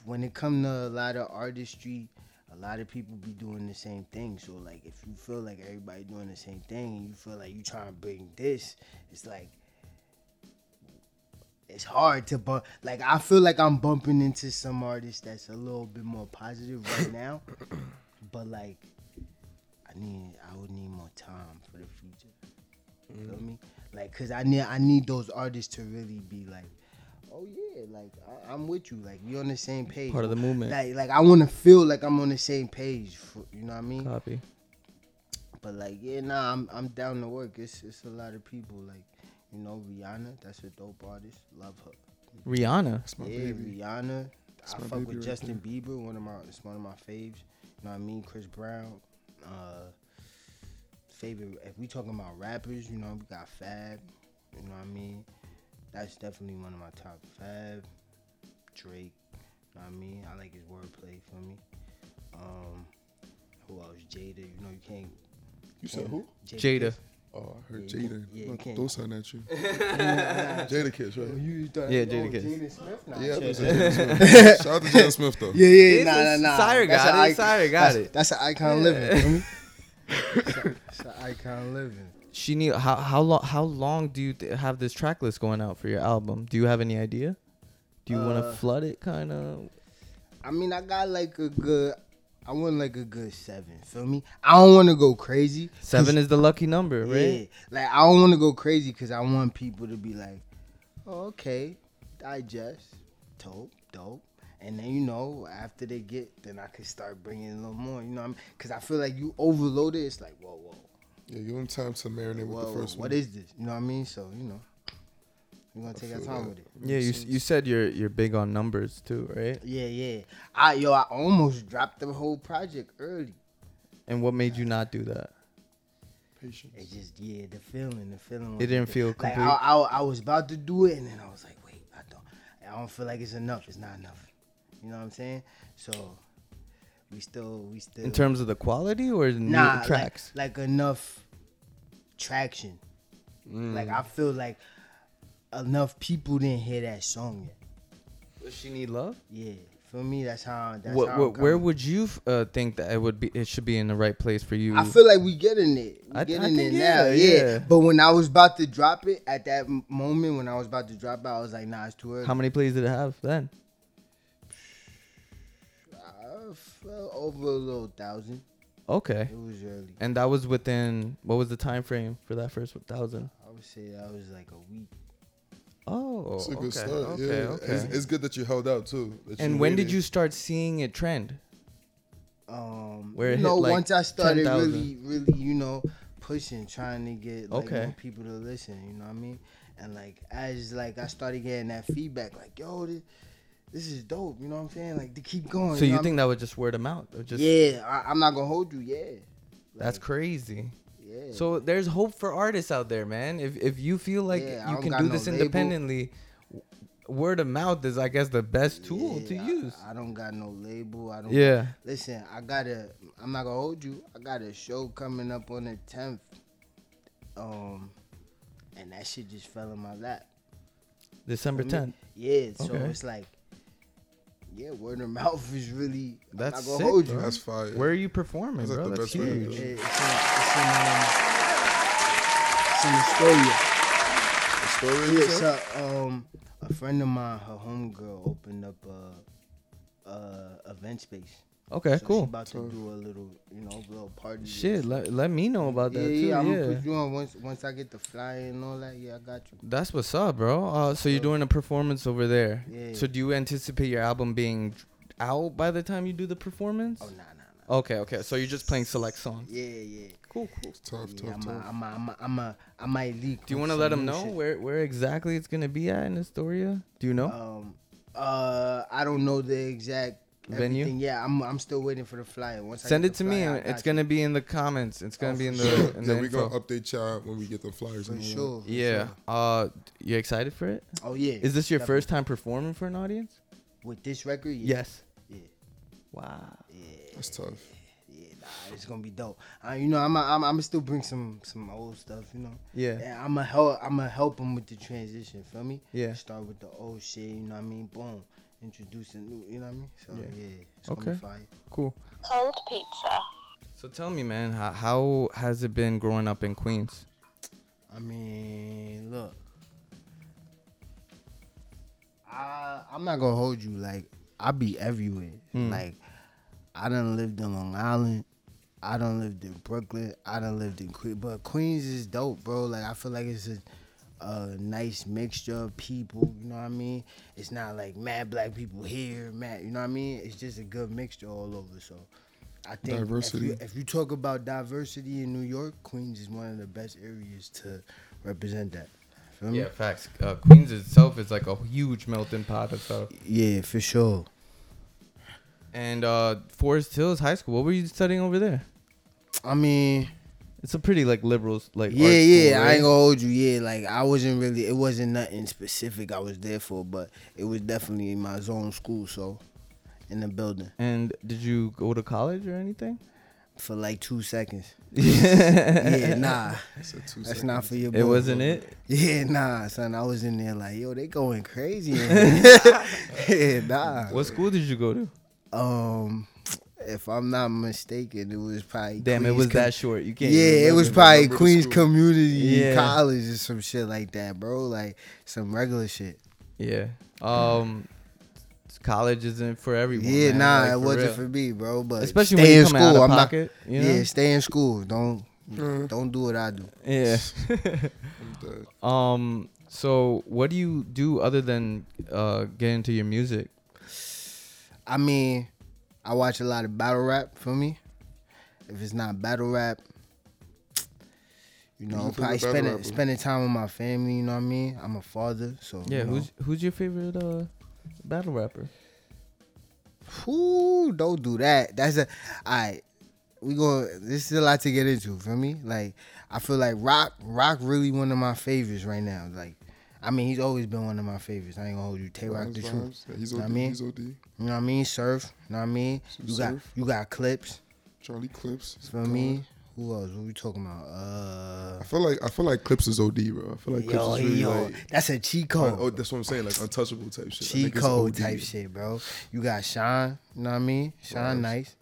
[SPEAKER 3] when it come to a lot of artistry, a lot of people be doing the same thing. So like, if you feel like everybody doing the same thing, and you feel like you trying to bring this, it's like it's hard to bump. Like I feel like I'm bumping into some artists that's a little bit more positive right now, but like I need, I would need more time for the future. You
[SPEAKER 2] Mm.
[SPEAKER 3] Feel me? Like, cause I need, I need those artists to really be like, oh yeah, like I, I'm with you. Like we on the same page.
[SPEAKER 2] Part of the movement.
[SPEAKER 3] Like, like I want to feel like I'm on the same page. For, you know what I mean?
[SPEAKER 2] Copy.
[SPEAKER 3] But like, yeah, nah, I'm I'm down to work. It's it's a lot of people. Like, you know, Rihanna, that's a dope artist. Love her.
[SPEAKER 2] Rihanna.
[SPEAKER 4] That's my
[SPEAKER 3] yeah,
[SPEAKER 4] baby.
[SPEAKER 3] Rihanna. I
[SPEAKER 4] my
[SPEAKER 3] fuck with
[SPEAKER 4] baby right
[SPEAKER 3] Justin Bieber, one of my it's one of my faves. You know what I mean? Chris Brown. Uh favorite if we talking about rappers, you know, we got Fab. You know what I mean? That's definitely one of my top Fab. Drake. You know what I mean? I like his wordplay for me. Um who else? Jada, you know you can't
[SPEAKER 4] You said who?
[SPEAKER 2] Jada.
[SPEAKER 4] Oh, I heard
[SPEAKER 3] Yeah,
[SPEAKER 4] Jaden.
[SPEAKER 3] you can't- yeah, you
[SPEAKER 4] Look,
[SPEAKER 3] can't-
[SPEAKER 4] Don't sound at you. Jada Kiss, right?
[SPEAKER 3] You thought
[SPEAKER 2] Yeah, Jada Kiss.
[SPEAKER 3] Smith? Nah,
[SPEAKER 4] Yeah, I thought it
[SPEAKER 3] shit.
[SPEAKER 4] said Jaden Smith. Shout out to Jaden Smith though.
[SPEAKER 3] Yeah, yeah,
[SPEAKER 2] This
[SPEAKER 3] nah, nah,
[SPEAKER 2] is-
[SPEAKER 3] nah.
[SPEAKER 2] Sire
[SPEAKER 3] That's
[SPEAKER 2] got
[SPEAKER 3] an
[SPEAKER 2] it, Sire got
[SPEAKER 3] that's,
[SPEAKER 2] it.
[SPEAKER 3] That's an icon living. feel me? It's a- It's an icon living.
[SPEAKER 2] She need how how long how long do you th- have this track list going out for your album? Do you have any idea? Do you want
[SPEAKER 3] Uh,
[SPEAKER 2] to flood it kind of?
[SPEAKER 3] I mean, I got like a good. I want like a good seven. Feel me? I don't want to go crazy. 'cause-
[SPEAKER 2] Seven is the lucky number,
[SPEAKER 3] Yeah,
[SPEAKER 2] right?
[SPEAKER 3] like I don't want to go crazy because I want people to be like, oh, okay, digest, dope, dope. And then you know, after they get, then I can start bringing a little more. You know, what I mean? because I feel like you overload it. It's like, whoa, whoa,
[SPEAKER 4] Yeah, give him time to marinate with
[SPEAKER 3] whoa,
[SPEAKER 4] the first
[SPEAKER 3] what
[SPEAKER 4] one.
[SPEAKER 3] is this? You know what I mean? So you know, We're gonna take our time with it.
[SPEAKER 2] Yeah, you s- you said you're you're big on numbers too, right?
[SPEAKER 3] Yeah, yeah. I yo, I almost dropped the whole project early.
[SPEAKER 2] And what made you not do that?
[SPEAKER 4] Patience.
[SPEAKER 3] It just yeah, the feeling, the feeling.
[SPEAKER 2] It didn't
[SPEAKER 3] wasn't
[SPEAKER 2] feel
[SPEAKER 3] there. like
[SPEAKER 2] complete.
[SPEAKER 3] I, I, I was about to do it, and then I was like, wait, I don't, I don't feel like it's enough. It's not enough. You know what I'm saying? So we still, we still.
[SPEAKER 2] In terms of the quality or in the
[SPEAKER 3] nah, like-
[SPEAKER 2] tracks?
[SPEAKER 3] Like, enough traction. Like
[SPEAKER 2] Mm.
[SPEAKER 3] I feel like enough people didn't hear that song yet.
[SPEAKER 2] Does she need love?
[SPEAKER 3] Yeah, feel me? That's how. That's
[SPEAKER 2] What,
[SPEAKER 3] how I'm
[SPEAKER 2] what, where
[SPEAKER 3] coming.
[SPEAKER 2] would you f- uh, think that it would be? It should be in the right place for you.
[SPEAKER 3] I feel like we getting it. We
[SPEAKER 2] I- I
[SPEAKER 3] getting it
[SPEAKER 2] think
[SPEAKER 3] now.
[SPEAKER 2] yeah,
[SPEAKER 3] Yeah.
[SPEAKER 2] yeah.
[SPEAKER 3] But when I was about to drop it, at that m- moment when I was about to drop it, I was like, nah, it's too early.
[SPEAKER 2] How many plays did it have then?
[SPEAKER 3] I fell over a little thousand.
[SPEAKER 2] Okay,
[SPEAKER 3] It was early.
[SPEAKER 2] and that was within what was the time frame for that first thousand?
[SPEAKER 3] I would say that was like a week.
[SPEAKER 2] Oh,
[SPEAKER 4] It's a
[SPEAKER 2] okay,
[SPEAKER 4] good start.
[SPEAKER 2] okay,
[SPEAKER 4] yeah,
[SPEAKER 2] okay.
[SPEAKER 4] It's, it's good that you held out too. that
[SPEAKER 2] and when did
[SPEAKER 4] waited.
[SPEAKER 2] you start seeing it trend?
[SPEAKER 3] Um,
[SPEAKER 2] Where it
[SPEAKER 3] you
[SPEAKER 2] hit,
[SPEAKER 3] know,
[SPEAKER 2] like,
[SPEAKER 3] once I started
[SPEAKER 2] 10,000.
[SPEAKER 3] really, really, you know, pushing, trying to get like
[SPEAKER 2] Okay.
[SPEAKER 3] more people to listen. You know what I mean? And like as like I started getting that feedback, like yo, this, this is dope. You know what I'm saying? Like to keep going.
[SPEAKER 2] So
[SPEAKER 3] know
[SPEAKER 2] you
[SPEAKER 3] what I
[SPEAKER 2] think that was just word of mouth? Or just
[SPEAKER 3] mean? Oh, yeah, I, I'm not gonna hold you. Yeah,
[SPEAKER 2] that's
[SPEAKER 3] Like,
[SPEAKER 2] crazy.
[SPEAKER 3] yeah.
[SPEAKER 2] So there's hope for artists out there, man. If if you feel like
[SPEAKER 3] Yeah, I
[SPEAKER 2] you
[SPEAKER 3] don't
[SPEAKER 2] can
[SPEAKER 3] got
[SPEAKER 2] do
[SPEAKER 3] no
[SPEAKER 2] this
[SPEAKER 3] label.
[SPEAKER 2] independently, w- word of mouth is, I guess, the best tool
[SPEAKER 3] Yeah,
[SPEAKER 2] to
[SPEAKER 3] I-
[SPEAKER 2] use.
[SPEAKER 3] I, don't got no label. I don't.
[SPEAKER 2] yeah.
[SPEAKER 3] Listen, I gotta. I'm not gonna hold you. I got a show coming up on the 10th. Um, and that shit just fell in my lap.
[SPEAKER 2] December
[SPEAKER 3] I mean,
[SPEAKER 2] 10th.
[SPEAKER 3] Yeah. So
[SPEAKER 2] Okay.
[SPEAKER 3] it's like, yeah, word of mouth is really.
[SPEAKER 2] That's
[SPEAKER 3] I'm not gonna
[SPEAKER 2] sick,
[SPEAKER 3] hold you.
[SPEAKER 2] bro.
[SPEAKER 4] That's fire.
[SPEAKER 2] Where are you performing,
[SPEAKER 4] That's like
[SPEAKER 2] bro?
[SPEAKER 4] the
[SPEAKER 2] That's
[SPEAKER 4] best way to
[SPEAKER 2] huge.
[SPEAKER 4] do it.
[SPEAKER 3] It- It's in, it's in, um, it's in Astoria.
[SPEAKER 4] Story
[SPEAKER 3] Yeah,
[SPEAKER 4] itself?
[SPEAKER 3] so um, a friend of mine, her homegirl opened up a, a event space.
[SPEAKER 2] Okay,
[SPEAKER 3] So She
[SPEAKER 2] cool.
[SPEAKER 3] about to do a little, you know, little party.
[SPEAKER 2] Shit, let, let me know about
[SPEAKER 3] yeah,
[SPEAKER 2] that too.
[SPEAKER 3] yeah,
[SPEAKER 2] Yeah,
[SPEAKER 3] I'm gonna put you on once once I get the flyer and all that. Yeah, I got you.
[SPEAKER 2] That's what's up, bro. Uh, so you're doing a performance over there.
[SPEAKER 3] Yeah.
[SPEAKER 2] So do you anticipate your album being out by the time you do the performance?
[SPEAKER 3] Oh nah, nah, nah.
[SPEAKER 2] Okay, okay. So you're just playing select songs.
[SPEAKER 3] Yeah, yeah.
[SPEAKER 2] Cool, cool.
[SPEAKER 4] Tough,
[SPEAKER 3] yeah
[SPEAKER 4] tough,
[SPEAKER 3] I'm a,
[SPEAKER 4] tough.
[SPEAKER 3] I'm a, I'm a, I'm a, I might leak.
[SPEAKER 2] Do you want
[SPEAKER 3] with
[SPEAKER 2] to
[SPEAKER 3] some
[SPEAKER 2] let them
[SPEAKER 3] new
[SPEAKER 2] know
[SPEAKER 3] shit.
[SPEAKER 2] where, where exactly it's gonna be at in Astoria? Do you know?
[SPEAKER 3] Um, uh, I don't know the exact
[SPEAKER 2] Venue?
[SPEAKER 3] everything. Yeah, I'm I'm still waiting for the flyer. Once I
[SPEAKER 2] Send
[SPEAKER 3] get
[SPEAKER 2] it
[SPEAKER 3] the
[SPEAKER 2] to me.
[SPEAKER 3] flyer, I
[SPEAKER 2] and It's
[SPEAKER 3] got you.
[SPEAKER 2] gonna be in the comments. It's gonna
[SPEAKER 3] Oh,
[SPEAKER 2] be in
[SPEAKER 3] for
[SPEAKER 2] the, in the
[SPEAKER 4] yeah, we're
[SPEAKER 2] info.
[SPEAKER 4] gonna update y'all when we get the flyers.
[SPEAKER 3] for
[SPEAKER 4] and all that.
[SPEAKER 3] sure. for
[SPEAKER 2] yeah.
[SPEAKER 3] sure.
[SPEAKER 2] Uh, you excited for it?
[SPEAKER 3] Oh yeah.
[SPEAKER 2] Is this your
[SPEAKER 3] definitely.
[SPEAKER 2] first time performing for an audience?
[SPEAKER 3] with this record?
[SPEAKER 2] Yes.
[SPEAKER 3] Yeah.
[SPEAKER 2] Wow.
[SPEAKER 4] That's tough.
[SPEAKER 3] Yeah, nah, it's gonna be dope. Uh, you know, I'm I'm I'm still bring some some old stuff. You know.
[SPEAKER 2] Yeah.
[SPEAKER 3] And I'm gonna help I'm gonna help them with the transition. Feel me?
[SPEAKER 2] Yeah.
[SPEAKER 3] Start with the old shit. You know what I mean? Boom. Introduce the new. You know what I mean? So yeah. it's
[SPEAKER 2] Okay.
[SPEAKER 3] Gonna be fire.
[SPEAKER 2] Cool.
[SPEAKER 5] Cold pizza.
[SPEAKER 2] So tell me, man, how, how has it been growing up in Queens?
[SPEAKER 3] I mean, look. I I'm not gonna hold you. Like I be everywhere. Like I done lived in Long Island. I done lived in Brooklyn. I done lived in Queens. But Queens is dope, bro. Like I feel like it's a, a nice mixture of people. You know what I mean? It's not like mad black people here, mad. You know what I mean? It's just a good mixture all over. So. I think
[SPEAKER 4] Diversity.
[SPEAKER 3] If you, if you talk about diversity in New York, Queens is one of the best areas to represent that. Feel me?
[SPEAKER 2] Yeah, facts. Uh, Queens itself is like a huge melting pot of stuff.
[SPEAKER 3] Yeah, for sure.
[SPEAKER 2] And uh, Forest Hills High School. What were you studying over there?
[SPEAKER 3] I mean,
[SPEAKER 2] It's a pretty like liberals like.
[SPEAKER 3] yeah,
[SPEAKER 2] art
[SPEAKER 3] yeah.
[SPEAKER 2] school,
[SPEAKER 3] I
[SPEAKER 2] right?
[SPEAKER 3] ain't gonna hold you. Yeah, like I wasn't really. It wasn't nothing specific I was there for, but it was definitely in my zone school. So, in the building
[SPEAKER 2] And did you go to college or anything?
[SPEAKER 3] for like two seconds.
[SPEAKER 2] yeah,
[SPEAKER 3] Yeah, nah,
[SPEAKER 4] That's a two
[SPEAKER 3] that's
[SPEAKER 4] second.
[SPEAKER 3] not for your.
[SPEAKER 2] It
[SPEAKER 3] boy.
[SPEAKER 2] wasn't it.
[SPEAKER 3] Yeah, nah, son. I was in there like, yo, they going crazy. in here. yeah, nah.
[SPEAKER 2] What school did you go to?
[SPEAKER 3] Um, if I'm not mistaken, it was probably
[SPEAKER 2] Damn, it
[SPEAKER 3] Queens
[SPEAKER 2] was
[SPEAKER 3] Com-
[SPEAKER 2] that short. You can't.
[SPEAKER 3] yeah, it
[SPEAKER 2] remember.
[SPEAKER 3] was probably
[SPEAKER 4] Remember the
[SPEAKER 3] Queens
[SPEAKER 4] school.
[SPEAKER 3] Community
[SPEAKER 2] Yeah.
[SPEAKER 3] College or some shit like that, bro. Like some regular shit.
[SPEAKER 2] Yeah. Um, college isn't for everyone.
[SPEAKER 3] yeah,
[SPEAKER 2] man,
[SPEAKER 3] nah,
[SPEAKER 2] like,
[SPEAKER 3] it wasn't
[SPEAKER 2] real.
[SPEAKER 3] for me, bro. But
[SPEAKER 2] Especially
[SPEAKER 3] stay
[SPEAKER 2] when you
[SPEAKER 3] in
[SPEAKER 2] come
[SPEAKER 3] school.
[SPEAKER 2] out of
[SPEAKER 3] I'm not-
[SPEAKER 2] pocket. you know?
[SPEAKER 3] Yeah, stay in school. Don't don't do what I do.
[SPEAKER 2] Yeah.
[SPEAKER 4] I'm dead.
[SPEAKER 2] um. So, what do you do other than uh, get into your music?
[SPEAKER 3] I mean, I watch a lot of battle rap for me. If it's not battle rap, You
[SPEAKER 4] Who's
[SPEAKER 3] know,
[SPEAKER 4] your
[SPEAKER 3] probably
[SPEAKER 4] favorite battle
[SPEAKER 3] spending
[SPEAKER 4] rapper?
[SPEAKER 3] spending time with my family. You know what I mean? I'm a father, so
[SPEAKER 2] Yeah,
[SPEAKER 3] You know.
[SPEAKER 2] who's who's your favorite uh battle rapper?
[SPEAKER 3] Ooh, don't do that. That's a all right. We go. This is a lot to get into. Feel me? Like I feel like Rock. Rock really one of my favorites right now. Like, I mean, he's always been one of my favorites. I ain't gonna hold you. Tay Rock
[SPEAKER 4] Rhymes,
[SPEAKER 3] the truth.
[SPEAKER 4] rhymes. Yeah, He's
[SPEAKER 3] Know
[SPEAKER 4] OD.
[SPEAKER 3] what I mean?
[SPEAKER 4] He's OD.
[SPEAKER 3] You know what I mean? Surf. You know what I mean?
[SPEAKER 4] Some
[SPEAKER 3] you got
[SPEAKER 4] Surf.
[SPEAKER 3] you got clips.
[SPEAKER 4] Charlie Clips.
[SPEAKER 3] Feel me? Who else? What we talking about? Uh,
[SPEAKER 4] I feel like I feel like Clips is OD, bro. I feel like Clips
[SPEAKER 3] yo,
[SPEAKER 4] is really
[SPEAKER 3] yo,
[SPEAKER 4] like.
[SPEAKER 3] that's a cheat
[SPEAKER 4] un-
[SPEAKER 3] code.
[SPEAKER 4] oh, that's what I'm saying, like untouchable type shit. I
[SPEAKER 3] cheat
[SPEAKER 4] think it's
[SPEAKER 3] code
[SPEAKER 4] OD.
[SPEAKER 3] type shit, bro. You got Sean, you know what I mean? Sean
[SPEAKER 4] Rhymes.
[SPEAKER 3] nice.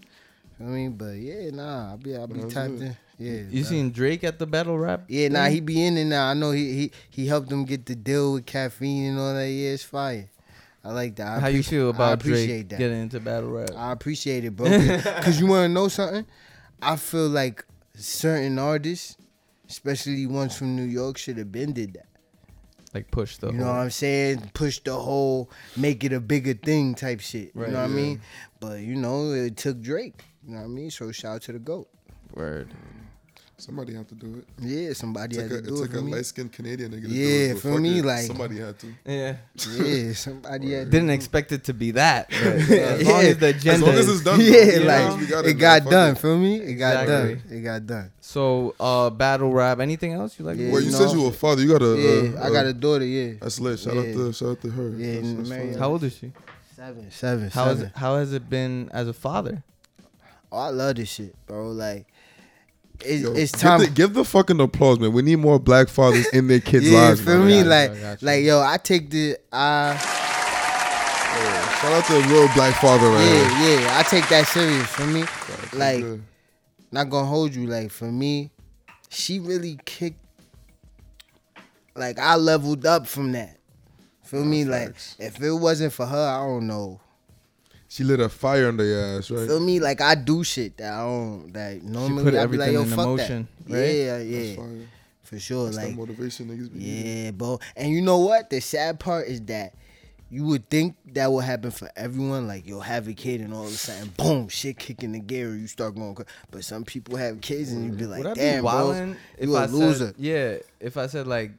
[SPEAKER 3] Feel me? But yeah, nah, I be I be
[SPEAKER 4] Rhymes
[SPEAKER 3] tapped
[SPEAKER 4] good.
[SPEAKER 3] in. Yeah.
[SPEAKER 2] You
[SPEAKER 3] nah.
[SPEAKER 2] seen Drake at the battle rap?
[SPEAKER 3] Yeah, nah, he be in it now. I know he he he helped him get the deal with caffeine and all that. Yeah, it's fire. I like that. I
[SPEAKER 2] How you
[SPEAKER 3] appreci-
[SPEAKER 2] feel
[SPEAKER 3] I
[SPEAKER 2] about
[SPEAKER 3] appreciate
[SPEAKER 2] Drake
[SPEAKER 3] that.
[SPEAKER 2] getting into battle rap?
[SPEAKER 3] I appreciate it, bro. Cause you wanna know something? I feel like certain artists, especially ones from New York, should have been did that.
[SPEAKER 2] like push though.
[SPEAKER 3] You know what I'm saying? Push the whole make it a bigger thing type shit.
[SPEAKER 2] Right,
[SPEAKER 3] you know what
[SPEAKER 2] yeah.
[SPEAKER 3] I mean? But you know, it took Drake. You know what I mean? So shout out to the GOAT.
[SPEAKER 2] Word.
[SPEAKER 4] Somebody had to do it.
[SPEAKER 3] Yeah, somebody
[SPEAKER 4] It
[SPEAKER 3] had
[SPEAKER 4] took a,
[SPEAKER 3] to
[SPEAKER 4] it
[SPEAKER 3] do it
[SPEAKER 4] took
[SPEAKER 3] for
[SPEAKER 4] a
[SPEAKER 3] me.
[SPEAKER 4] light skinned Canadian nigga. to do
[SPEAKER 3] Yeah,
[SPEAKER 4] it, but
[SPEAKER 3] for
[SPEAKER 4] fuck
[SPEAKER 3] me,
[SPEAKER 4] it,
[SPEAKER 3] like-
[SPEAKER 4] somebody had to.
[SPEAKER 2] Yeah.
[SPEAKER 3] Yeah, somebody had
[SPEAKER 2] Didn't expect it to be that. but as long
[SPEAKER 3] Yeah.
[SPEAKER 2] as the
[SPEAKER 4] As
[SPEAKER 2] agenda.
[SPEAKER 4] long as
[SPEAKER 2] is-
[SPEAKER 4] it's done,
[SPEAKER 3] yeah,
[SPEAKER 4] bro. As long
[SPEAKER 3] like
[SPEAKER 4] as we
[SPEAKER 3] it,
[SPEAKER 4] man,
[SPEAKER 3] got
[SPEAKER 4] fuck
[SPEAKER 3] done.
[SPEAKER 4] it.
[SPEAKER 3] Feel me? It got
[SPEAKER 2] Exactly.
[SPEAKER 3] done. It got done.
[SPEAKER 2] so uh, battle rap. Anything else you like? to
[SPEAKER 3] Yeah,
[SPEAKER 4] Well, you
[SPEAKER 3] you
[SPEAKER 4] said
[SPEAKER 3] know.
[SPEAKER 4] you were a father. You got a.
[SPEAKER 3] Yeah,
[SPEAKER 4] uh,
[SPEAKER 3] I got
[SPEAKER 4] uh,
[SPEAKER 3] a daughter. Yeah,
[SPEAKER 4] That's lit. Shout out
[SPEAKER 3] Yeah.
[SPEAKER 4] to shout out to her.
[SPEAKER 3] Yeah,
[SPEAKER 4] That's-
[SPEAKER 3] and
[SPEAKER 4] that's
[SPEAKER 3] Mary-
[SPEAKER 4] fire.
[SPEAKER 2] How old is she?
[SPEAKER 3] seven, seven,
[SPEAKER 2] How is
[SPEAKER 3] seven.
[SPEAKER 2] it, how has it been as a father?
[SPEAKER 3] Oh, I love this shit, bro. Like, it's,
[SPEAKER 4] Yo,
[SPEAKER 3] it's
[SPEAKER 4] give
[SPEAKER 3] time.
[SPEAKER 4] the- Give the, fucking applause, man. We need more black fathers in their kids'
[SPEAKER 3] yeah,
[SPEAKER 4] lives.
[SPEAKER 3] feel
[SPEAKER 4] man.
[SPEAKER 3] me?
[SPEAKER 2] Got you,
[SPEAKER 3] like,
[SPEAKER 2] I got you.
[SPEAKER 3] like yo, I take the I.
[SPEAKER 4] Shout out to a real black father right here.
[SPEAKER 3] Yeah, yeah. I take that serious for me.
[SPEAKER 4] That's
[SPEAKER 3] Like,
[SPEAKER 4] good.
[SPEAKER 3] not gonna hold you. Like, for me, she really kicked. Like, I leveled up from that. Feel me? Like,
[SPEAKER 4] facts.
[SPEAKER 3] if it wasn't for her, I don't know.
[SPEAKER 4] she lit a fire under your ass, right?
[SPEAKER 3] Feel me? Like, I do shit that I don't. That normally
[SPEAKER 2] put
[SPEAKER 3] I be like,
[SPEAKER 2] everything
[SPEAKER 3] yo,
[SPEAKER 2] in
[SPEAKER 3] fuck
[SPEAKER 2] emotion,
[SPEAKER 3] that.
[SPEAKER 2] right?
[SPEAKER 3] Yeah,
[SPEAKER 4] That's
[SPEAKER 3] yeah,
[SPEAKER 4] fire.
[SPEAKER 3] for sure.
[SPEAKER 4] That's that
[SPEAKER 3] like,
[SPEAKER 4] motivation niggas be needing.
[SPEAKER 3] Yeah, bro. And you know what? The sad part is that you would think that would happen for everyone. Like you'll have a kid and all of a sudden, boom, shit kicking the gear. You start going. cra- But some people have kids and you'd be like,
[SPEAKER 2] Would I
[SPEAKER 3] damn,
[SPEAKER 2] be wildin'
[SPEAKER 3] bro,
[SPEAKER 2] if
[SPEAKER 3] you
[SPEAKER 2] I
[SPEAKER 3] a loser.
[SPEAKER 2] Said, yeah, if I said like,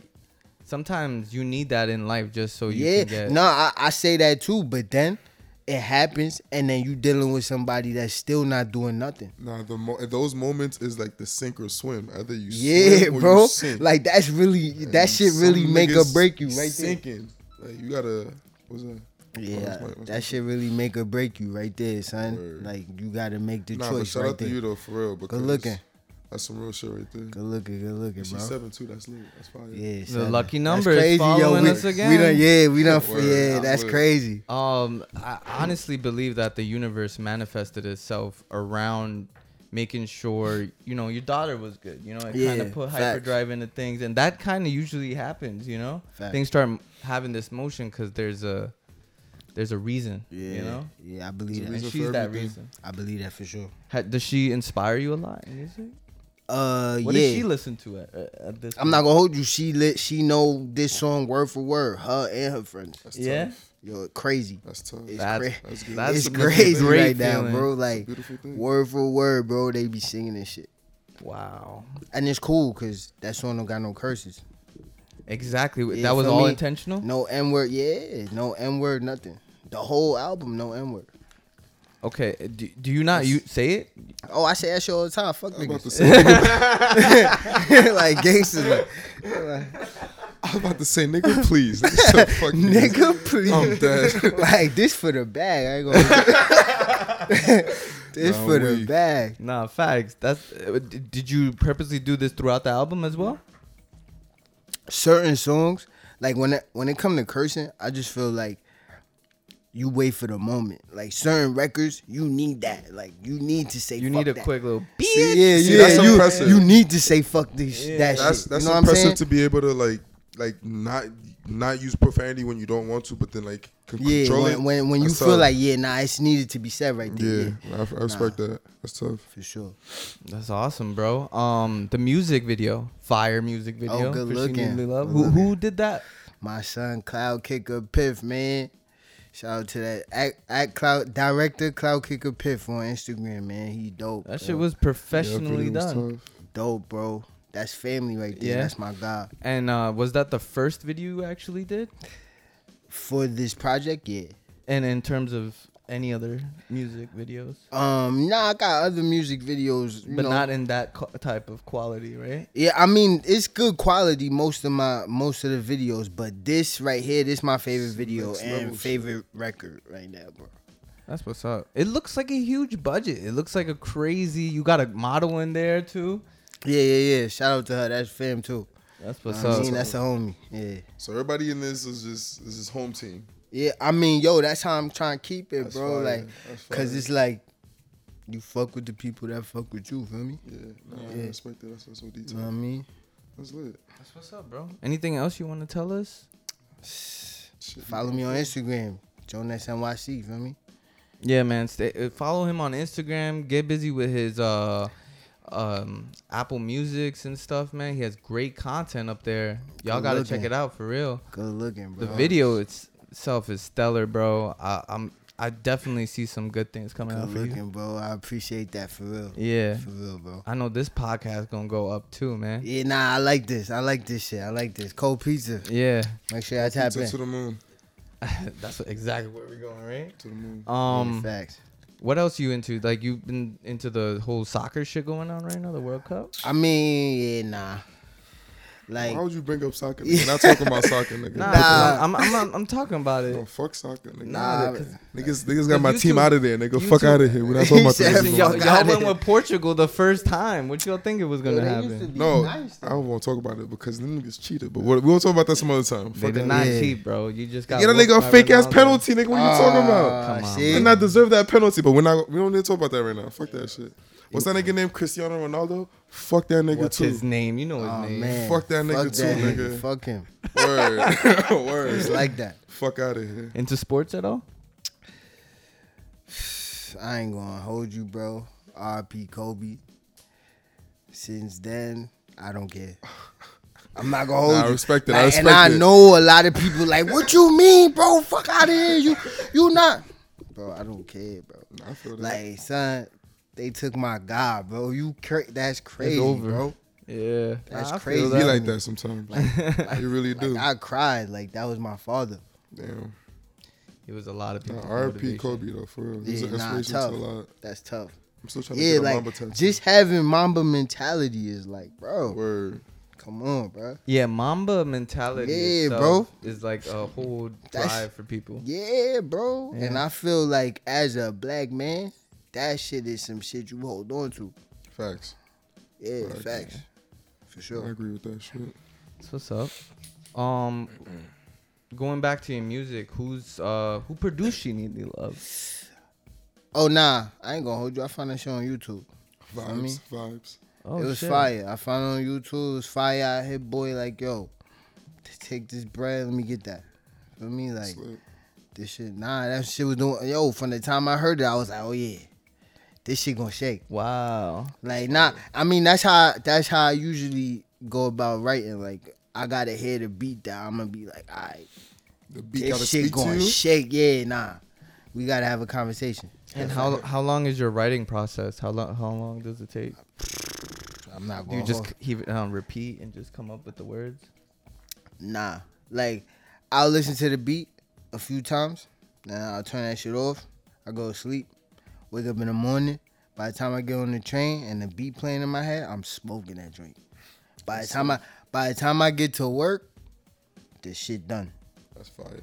[SPEAKER 2] sometimes you need that in life just
[SPEAKER 4] Oh,
[SPEAKER 2] so you
[SPEAKER 3] yeah,
[SPEAKER 2] can get.
[SPEAKER 3] no, I, I say that too. But then it happens, and then you dealing with somebody that's still not doing nothing.
[SPEAKER 4] Nah, the mo- those moments is like the sink or swim. Either you
[SPEAKER 3] Yeah,
[SPEAKER 4] swim or
[SPEAKER 3] bro.
[SPEAKER 4] you sink.
[SPEAKER 3] Like that's really
[SPEAKER 4] And
[SPEAKER 3] that shit really
[SPEAKER 4] some
[SPEAKER 3] make or
[SPEAKER 4] niggas
[SPEAKER 3] break you right there.
[SPEAKER 4] sinking. Like you gotta what's that? Oh,
[SPEAKER 3] Yeah,
[SPEAKER 4] that's my- that's my-
[SPEAKER 3] that shit really make or break you right there, son.
[SPEAKER 4] Word.
[SPEAKER 3] Like you gotta make the
[SPEAKER 4] Nah, but
[SPEAKER 3] choice
[SPEAKER 4] shout
[SPEAKER 3] right
[SPEAKER 4] out
[SPEAKER 3] there.
[SPEAKER 4] to you though, for real. Because
[SPEAKER 3] looking.
[SPEAKER 4] That's some real shit right there.
[SPEAKER 3] Good looking, good looking,
[SPEAKER 4] She's
[SPEAKER 3] bro.
[SPEAKER 4] seven too. That's lit. That's fire.
[SPEAKER 3] Yeah,
[SPEAKER 2] The lucky number is
[SPEAKER 3] That's crazy,
[SPEAKER 2] following
[SPEAKER 3] yo. We,
[SPEAKER 2] us again.
[SPEAKER 3] we done, yeah, we done.
[SPEAKER 4] Word,
[SPEAKER 3] yeah,
[SPEAKER 4] I'm
[SPEAKER 3] that's
[SPEAKER 4] with it.
[SPEAKER 3] crazy.
[SPEAKER 2] Um, I honestly believe that the universe manifested itself around making sure you know your daughter was good. You know, it kind
[SPEAKER 3] Yeah,
[SPEAKER 2] of put
[SPEAKER 3] facts.
[SPEAKER 2] hyperdrive into things, and that kind of usually happens. You know,
[SPEAKER 3] Facts.
[SPEAKER 2] things start m- having this motion because there's a there's a reason. you know,
[SPEAKER 3] yeah, I
[SPEAKER 4] It's
[SPEAKER 3] believe
[SPEAKER 4] a
[SPEAKER 3] that.
[SPEAKER 4] reason
[SPEAKER 2] and
[SPEAKER 4] for
[SPEAKER 2] she's that
[SPEAKER 4] everything.
[SPEAKER 2] reason.
[SPEAKER 3] I believe that for sure.
[SPEAKER 2] Ha- does she inspire you a lot? in music?
[SPEAKER 3] Uh,
[SPEAKER 2] What
[SPEAKER 3] yeah.
[SPEAKER 2] does she listen to at, at- at this?
[SPEAKER 3] I'm not gonna hold you. She lit. She know this song word for word. Her and her friends.
[SPEAKER 4] That's
[SPEAKER 2] Yeah,
[SPEAKER 4] tough.
[SPEAKER 3] Yo, crazy.
[SPEAKER 4] That's tough.
[SPEAKER 3] It's
[SPEAKER 2] That's-
[SPEAKER 3] crazy.
[SPEAKER 4] that's good.
[SPEAKER 2] that's
[SPEAKER 3] it's
[SPEAKER 2] a- that's a
[SPEAKER 3] crazy
[SPEAKER 2] great
[SPEAKER 3] right now,
[SPEAKER 2] feeling.
[SPEAKER 3] bro.
[SPEAKER 4] It's a
[SPEAKER 3] Like
[SPEAKER 4] beautiful thing.
[SPEAKER 3] word for word, bro. They be singing this shit,
[SPEAKER 2] wow.
[SPEAKER 3] and it's cool because that song don't got no curses.
[SPEAKER 2] Exactly.
[SPEAKER 3] Yeah,
[SPEAKER 2] that was
[SPEAKER 3] feel
[SPEAKER 2] all
[SPEAKER 3] me?
[SPEAKER 2] intentional.
[SPEAKER 3] No N word. Yeah, no N word. Nothing. The whole album, no N word.
[SPEAKER 2] Okay. Do, do you not you say it?
[SPEAKER 3] Oh, I say that shit all the time. Fuck
[SPEAKER 4] I'm about
[SPEAKER 3] niggas.
[SPEAKER 4] to say
[SPEAKER 3] like gangsters. Like,
[SPEAKER 4] I'm about to say, nigga, please. Nigga, shut the fuck up.
[SPEAKER 3] nigga, please.
[SPEAKER 4] I'm dead.
[SPEAKER 3] like this for the bag. I ain't gonna. this
[SPEAKER 4] Nah,
[SPEAKER 3] for the
[SPEAKER 4] we-
[SPEAKER 3] bag.
[SPEAKER 2] Nah, facts. That's. uh, d- Did you purposely do this throughout the album as well?
[SPEAKER 3] Certain songs, like when it, when it come to cursing, I just feel like you wait for the moment. Like certain records, you need that. Like you need to say.
[SPEAKER 2] You
[SPEAKER 3] fuck
[SPEAKER 2] need a
[SPEAKER 3] that.
[SPEAKER 2] quick little beat.
[SPEAKER 3] See, yeah,
[SPEAKER 4] See,
[SPEAKER 3] yeah.
[SPEAKER 4] that's
[SPEAKER 3] you,
[SPEAKER 4] impressive.
[SPEAKER 3] you need to say fuck this that
[SPEAKER 4] That's
[SPEAKER 3] shit.
[SPEAKER 4] that's
[SPEAKER 3] you know what I'm saying?
[SPEAKER 4] impressive to be able to like like not not use profanity when you don't want to, but then like c-
[SPEAKER 3] yeah,
[SPEAKER 4] control
[SPEAKER 3] when,
[SPEAKER 4] it.
[SPEAKER 3] when when you
[SPEAKER 4] That's
[SPEAKER 3] feel
[SPEAKER 4] tough.
[SPEAKER 3] like yeah, nah, it's needed to be said right there.
[SPEAKER 4] yeah,
[SPEAKER 3] yeah
[SPEAKER 4] I, I respect that. That's tough.
[SPEAKER 3] for sure.
[SPEAKER 2] That's awesome, bro. Um, the music video, fire music video.
[SPEAKER 3] Oh, good
[SPEAKER 2] for She
[SPEAKER 3] looking.
[SPEAKER 2] Need Love.
[SPEAKER 3] Good
[SPEAKER 2] Who, who did that?
[SPEAKER 3] My son, Cloud Kicker Piff, man. Shout out to that at, at Cloud Director Cloud Kicker Piff on Instagram, man. He dope.
[SPEAKER 2] That
[SPEAKER 3] bro.
[SPEAKER 2] shit was
[SPEAKER 4] Yeah,
[SPEAKER 2] professionally
[SPEAKER 4] video was
[SPEAKER 2] done.
[SPEAKER 4] tough.
[SPEAKER 3] dope, bro. That's family right there.
[SPEAKER 2] Yeah.
[SPEAKER 3] That's my God.
[SPEAKER 2] And uh, was that the first video you actually did?
[SPEAKER 3] For this project, yeah.
[SPEAKER 2] And in terms of any other music videos,
[SPEAKER 3] Um, nah, I got other music videos, you
[SPEAKER 2] but
[SPEAKER 3] know.
[SPEAKER 2] not in that co- type of quality, right?
[SPEAKER 3] yeah, I mean it's good quality most of my most of the videos, but this right here, this my favorite video
[SPEAKER 4] next level
[SPEAKER 3] and
[SPEAKER 4] shit.
[SPEAKER 3] favorite record right now, bro.
[SPEAKER 2] That's what's up. It looks like a huge budget. It looks like a crazy. You got a model in there too.
[SPEAKER 3] Yeah, yeah, yeah. Shout out to her. That's fam too.
[SPEAKER 2] That's what's
[SPEAKER 3] I
[SPEAKER 2] up.
[SPEAKER 3] mean, that's a homie. Yeah.
[SPEAKER 4] So everybody in this is just is his home team.
[SPEAKER 3] Yeah, I mean, yo, that's how I'm trying to keep it,
[SPEAKER 4] That's
[SPEAKER 3] bro.
[SPEAKER 4] fire.
[SPEAKER 3] Like,
[SPEAKER 4] That's
[SPEAKER 3] cause
[SPEAKER 4] fire.
[SPEAKER 3] it's like you fuck with the people that fuck with you. Feel me?
[SPEAKER 4] Yeah, no,
[SPEAKER 3] Yeah.
[SPEAKER 4] I respect that. That's that's what
[SPEAKER 3] You know what I
[SPEAKER 4] detail.
[SPEAKER 3] mean?
[SPEAKER 4] That's lit.
[SPEAKER 2] That's what's up, bro. Anything else you want to tell us?
[SPEAKER 4] Shit,
[SPEAKER 3] Follow me on Instagram, Jonas NYC. Feel me?
[SPEAKER 2] Yeah, man. Stay, uh, follow him on Instagram. Get busy with his uh, um, Apple Musics and stuff, man. He has great content up there. Y'all
[SPEAKER 3] Good
[SPEAKER 2] gotta check
[SPEAKER 3] looking.
[SPEAKER 2] it out for real.
[SPEAKER 3] Good looking,
[SPEAKER 2] The
[SPEAKER 3] bro.
[SPEAKER 2] video it's- itself is stellar, bro. I, I'm I definitely see some good things coming
[SPEAKER 3] Good
[SPEAKER 2] out for you.
[SPEAKER 3] looking, bro. I appreciate that for real.
[SPEAKER 2] Yeah,
[SPEAKER 3] For real, bro.
[SPEAKER 2] I know this podcast gonna go up too, man.
[SPEAKER 3] Yeah, nah, I like this. I like this shit. I like this. Cold pizza.
[SPEAKER 2] Yeah,
[SPEAKER 3] Make sure y'all tap
[SPEAKER 4] To,
[SPEAKER 3] in.
[SPEAKER 4] to the moon.
[SPEAKER 2] that's what- exactly where we're going, right?
[SPEAKER 4] To the moon.
[SPEAKER 2] Um,
[SPEAKER 3] Facts.
[SPEAKER 2] what else you into? Like you've been into the whole soccer shit going on right now, the World Cup.
[SPEAKER 3] I mean, yeah, nah. Like,
[SPEAKER 4] Why would you bring up soccer? Nigga? Not talking about soccer, nigga.
[SPEAKER 2] Nah,
[SPEAKER 3] Nah.
[SPEAKER 2] I'm, I'm, I'm I'm talking about it.
[SPEAKER 4] No, fuck soccer, nigga.
[SPEAKER 3] Nah,
[SPEAKER 2] Nah, 'cause-
[SPEAKER 4] Niggas, niggas got my
[SPEAKER 2] YouTube-
[SPEAKER 4] team out of there, nigga. Fuck
[SPEAKER 2] YouTube-
[SPEAKER 4] out of here. We're not talking about
[SPEAKER 3] He said
[SPEAKER 4] this.
[SPEAKER 2] Listen, y'all,
[SPEAKER 3] fuck
[SPEAKER 2] y'all
[SPEAKER 3] outta
[SPEAKER 2] went
[SPEAKER 3] here.
[SPEAKER 2] with Portugal the first time. What y'all think it was gonna happen?
[SPEAKER 4] No, I don't want to talk about it because them niggas cheated. But what, we'll talk about that some other time.
[SPEAKER 2] They
[SPEAKER 4] Fuck
[SPEAKER 2] did
[SPEAKER 4] that.
[SPEAKER 2] not
[SPEAKER 3] yeah.
[SPEAKER 2] cheat, bro. You just got
[SPEAKER 4] Get a
[SPEAKER 2] whooped
[SPEAKER 4] nigga
[SPEAKER 2] by
[SPEAKER 4] a fake ass
[SPEAKER 2] Ronaldo.
[SPEAKER 4] penalty, nigga. What you talking about?
[SPEAKER 2] Come on,
[SPEAKER 4] Did
[SPEAKER 3] shit.
[SPEAKER 4] not deserve that penalty, but we're not. We don't need to talk about that right now. Fuck that shit. What's that nigga named Cristiano Ronaldo? Fuck that nigga
[SPEAKER 2] What's
[SPEAKER 4] too.
[SPEAKER 2] his name? You know his
[SPEAKER 3] Oh,
[SPEAKER 2] name.
[SPEAKER 3] man.
[SPEAKER 4] Fuck that nigga too, nigga.
[SPEAKER 3] Fuck him.
[SPEAKER 4] Word, word.
[SPEAKER 3] It's like that.
[SPEAKER 4] Fuck out of here.
[SPEAKER 2] Into sports at all?
[SPEAKER 3] I ain't gonna hold you, bro. R.P. Kobe. Since then, I don't care. I'm not gonna hold
[SPEAKER 4] Nah, I
[SPEAKER 3] you.
[SPEAKER 4] respect it.
[SPEAKER 3] Like,
[SPEAKER 4] I respect
[SPEAKER 3] and I
[SPEAKER 4] it.
[SPEAKER 3] know a lot of people like, what you mean, bro? Fuck out of here. You you not Bro, I don't care, bro.
[SPEAKER 4] I feel that.
[SPEAKER 3] Like, son, they took my God, bro. You cra- that's crazy,
[SPEAKER 2] over.
[SPEAKER 3] bro.
[SPEAKER 2] Yeah,
[SPEAKER 3] That's
[SPEAKER 2] Nah, I feel
[SPEAKER 4] It
[SPEAKER 3] crazy.
[SPEAKER 4] be
[SPEAKER 2] that.
[SPEAKER 4] like that sometimes. you really do.
[SPEAKER 3] Like, I cried like that was my father.
[SPEAKER 4] Damn.
[SPEAKER 2] It was a lot of people.
[SPEAKER 4] Nah, R.P.
[SPEAKER 2] motivation.
[SPEAKER 4] Kobe though, for real. He's
[SPEAKER 3] Yeah,
[SPEAKER 4] an
[SPEAKER 3] nah,
[SPEAKER 4] inspiration
[SPEAKER 3] tough.
[SPEAKER 4] to a lot.
[SPEAKER 3] That's tough.
[SPEAKER 4] I'm still trying to
[SPEAKER 3] Yeah,
[SPEAKER 4] get a Mamba
[SPEAKER 3] like
[SPEAKER 4] tattoo.
[SPEAKER 3] just having Mamba mentality is like, bro,
[SPEAKER 4] word.
[SPEAKER 3] come on, bro.
[SPEAKER 2] Yeah, Mamba mentality.
[SPEAKER 3] Yeah,
[SPEAKER 2] itself is like a whole
[SPEAKER 3] That's-
[SPEAKER 2] drive for people.
[SPEAKER 3] Yeah, bro. And
[SPEAKER 2] Yeah.
[SPEAKER 3] I feel like as a black man, that shit is some shit you hold on to.
[SPEAKER 4] Facts.
[SPEAKER 3] Yeah,
[SPEAKER 4] Right.
[SPEAKER 3] facts. For
[SPEAKER 4] I
[SPEAKER 3] sure.
[SPEAKER 4] agree with that shit.
[SPEAKER 2] That's what's up. Um, going back to your music, who's uh who produced She Need Me Love?
[SPEAKER 3] Oh nah, I ain't gonna hold you. I found that shit on YouTube.
[SPEAKER 4] Vibes.
[SPEAKER 3] I mean-
[SPEAKER 4] vibes.
[SPEAKER 2] Oh,
[SPEAKER 3] it was
[SPEAKER 2] shit.
[SPEAKER 3] fire. I found it on YouTube. It was fire. I hit boy like, yo, t- take this bread. Let me get that. For me, like
[SPEAKER 4] Slip.
[SPEAKER 3] this shit. Nah, that shit was doing. Yo, from the time I heard it, I was like, oh yeah, this shit gonna shake.
[SPEAKER 2] Wow.
[SPEAKER 3] Like not, I mean that's how that's how I usually go about writing. Like I gotta hear the beat that I'm gonna be like, all right,
[SPEAKER 4] The beat gotta
[SPEAKER 3] this shit
[SPEAKER 4] speak to
[SPEAKER 3] going
[SPEAKER 4] you.
[SPEAKER 3] to shake. Yeah, nah, we gotta have a conversation.
[SPEAKER 2] And how how long is your writing process? How long how long does it take?
[SPEAKER 3] I'm not
[SPEAKER 2] Do
[SPEAKER 3] going.
[SPEAKER 2] you
[SPEAKER 3] to
[SPEAKER 2] just c- he, um, repeat and just come up with the words?
[SPEAKER 3] nah. Like I'll listen to the beat a few times, then I'll turn that shit off. I go to sleep, wake up in the morning. By the time I get on the train and the beat playing in my head, I'm smoking that joint. By the time I by the time I get to work, the shit done.
[SPEAKER 4] That's fire.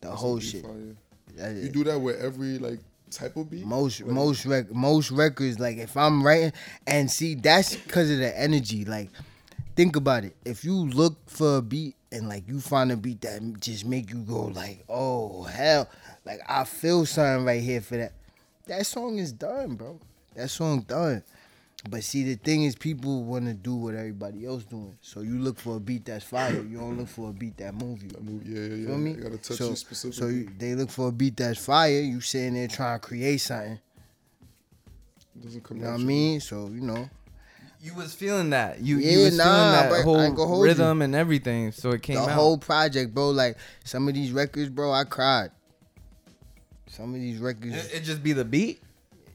[SPEAKER 3] The
[SPEAKER 4] That's
[SPEAKER 3] whole
[SPEAKER 4] gonna be
[SPEAKER 3] shit.
[SPEAKER 4] fire.
[SPEAKER 3] That
[SPEAKER 4] You
[SPEAKER 3] is-
[SPEAKER 4] do that with every like type of beat.
[SPEAKER 3] most
[SPEAKER 4] Like,
[SPEAKER 3] most rec- most records like if i'm writing and see that's because of the energy like think about it if you look for a beat and like you find a beat that just make you go like oh hell like i feel something right here for that that song is done bro that song done but see the thing is people want to do what everybody else doing so you look for a beat that's fire you don't look for a beat that move you
[SPEAKER 4] That move, yeah, yeah, yeah.
[SPEAKER 3] Feel me?
[SPEAKER 4] It gotta touch
[SPEAKER 3] so,
[SPEAKER 4] you
[SPEAKER 3] So
[SPEAKER 4] specifically.
[SPEAKER 3] you, they look for a beat that's fire. You sitting there trying to create something.
[SPEAKER 4] Doesn't come
[SPEAKER 3] You know
[SPEAKER 4] out
[SPEAKER 3] what I
[SPEAKER 4] you.
[SPEAKER 3] mean? So you know,
[SPEAKER 2] You was feeling that. You you
[SPEAKER 3] Yeah,
[SPEAKER 2] was
[SPEAKER 3] nah, bro, I ain't
[SPEAKER 2] feeling that
[SPEAKER 3] gonna
[SPEAKER 2] whole
[SPEAKER 3] hold you.
[SPEAKER 2] rhythm and everything. So it came
[SPEAKER 3] the
[SPEAKER 2] out.
[SPEAKER 3] whole project, bro. Like some of these records, bro, I cried. Some of these records,
[SPEAKER 2] it, it just be the beat,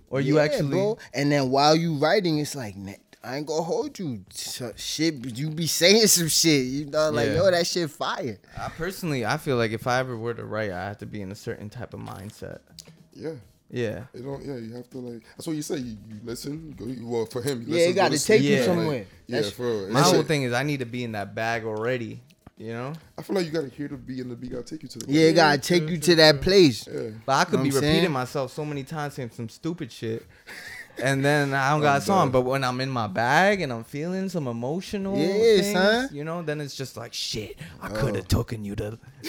[SPEAKER 2] or you
[SPEAKER 3] Yeah,
[SPEAKER 2] actually
[SPEAKER 3] bro. And then while you writing, it's like, "Nah, I ain't gonna hold you. So, shit, you be saying some shit. You know, like
[SPEAKER 2] Yeah.
[SPEAKER 3] yo, that shit fire.
[SPEAKER 2] I personally, I feel like if I ever were to write, I have to be in a certain type of mindset.
[SPEAKER 4] Yeah.
[SPEAKER 2] Yeah.
[SPEAKER 4] You don't. Yeah, you have to like. That's what you say. You, you listen. Go. You, well, for him, you
[SPEAKER 3] Yeah,
[SPEAKER 4] listen,
[SPEAKER 3] it
[SPEAKER 4] go
[SPEAKER 3] gotta
[SPEAKER 4] to
[SPEAKER 3] take
[SPEAKER 4] sleep,
[SPEAKER 2] you
[SPEAKER 4] like,
[SPEAKER 3] somewhere.
[SPEAKER 4] Yeah,
[SPEAKER 3] That's-
[SPEAKER 4] for real.
[SPEAKER 2] My
[SPEAKER 4] It's-
[SPEAKER 2] whole thing is I need to be in that bag already. You know,
[SPEAKER 4] I feel like you gotta hear the beat and the beat gotta take you to the.
[SPEAKER 3] Yeah, it gotta take you to that place.
[SPEAKER 4] Yeah.
[SPEAKER 2] but I could
[SPEAKER 3] Know
[SPEAKER 2] be
[SPEAKER 3] what I'm
[SPEAKER 2] repeating
[SPEAKER 3] saying?
[SPEAKER 2] myself so many times saying some stupid shit, and then I don't got a
[SPEAKER 4] I'm
[SPEAKER 2] song.
[SPEAKER 4] done.
[SPEAKER 2] But when I'm in my bag and I'm feeling some emotional
[SPEAKER 3] Yeah,
[SPEAKER 2] things,
[SPEAKER 3] son. Oh.
[SPEAKER 2] you know, then it's just like shit. I could have taken you to.
[SPEAKER 4] I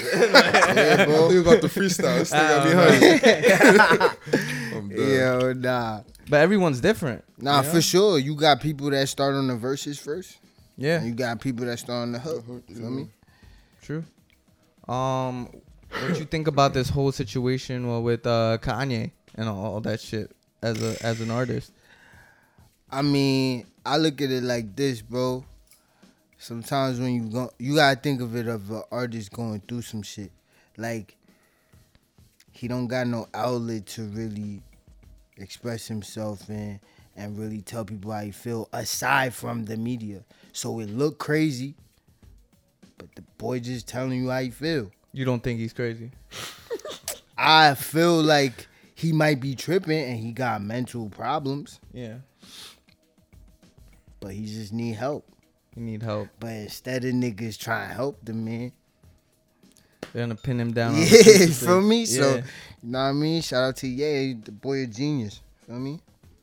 [SPEAKER 4] think about the freestyle. This thing got me high. I'm done.
[SPEAKER 3] Yo, nah,
[SPEAKER 2] But everyone's different.
[SPEAKER 3] nah,
[SPEAKER 2] you know?
[SPEAKER 3] for sure. You got people that start on the verses first.
[SPEAKER 2] Yeah.
[SPEAKER 3] and you got people that start on the hook.
[SPEAKER 4] The hook,
[SPEAKER 3] Feel
[SPEAKER 4] yeah.
[SPEAKER 3] me?
[SPEAKER 2] True. Um, what you think about this whole situation well, with uh, Kanye and all, all that shit as a as an artist?
[SPEAKER 3] I mean, I look at it like this, bro. Sometimes when you go, you gotta think of it of an artist going through some shit. Like he don't got no outlet to really express himself and and really tell people how he feel aside from the media. So it look crazy, but the boy just telling you how he feel.
[SPEAKER 2] You don't think he's crazy?
[SPEAKER 3] I feel like he might be tripping and he got mental problems,
[SPEAKER 2] Yeah.
[SPEAKER 3] but he just need help.
[SPEAKER 2] You need help.
[SPEAKER 3] But instead of niggas trying to help the man,
[SPEAKER 2] They're gonna pin him down. on the
[SPEAKER 3] yeah,
[SPEAKER 2] stupid
[SPEAKER 3] feel
[SPEAKER 2] shit.
[SPEAKER 3] me? So,
[SPEAKER 2] Yeah.
[SPEAKER 3] you know what I mean? Shout out to yeah, the boy a genius. Feel me?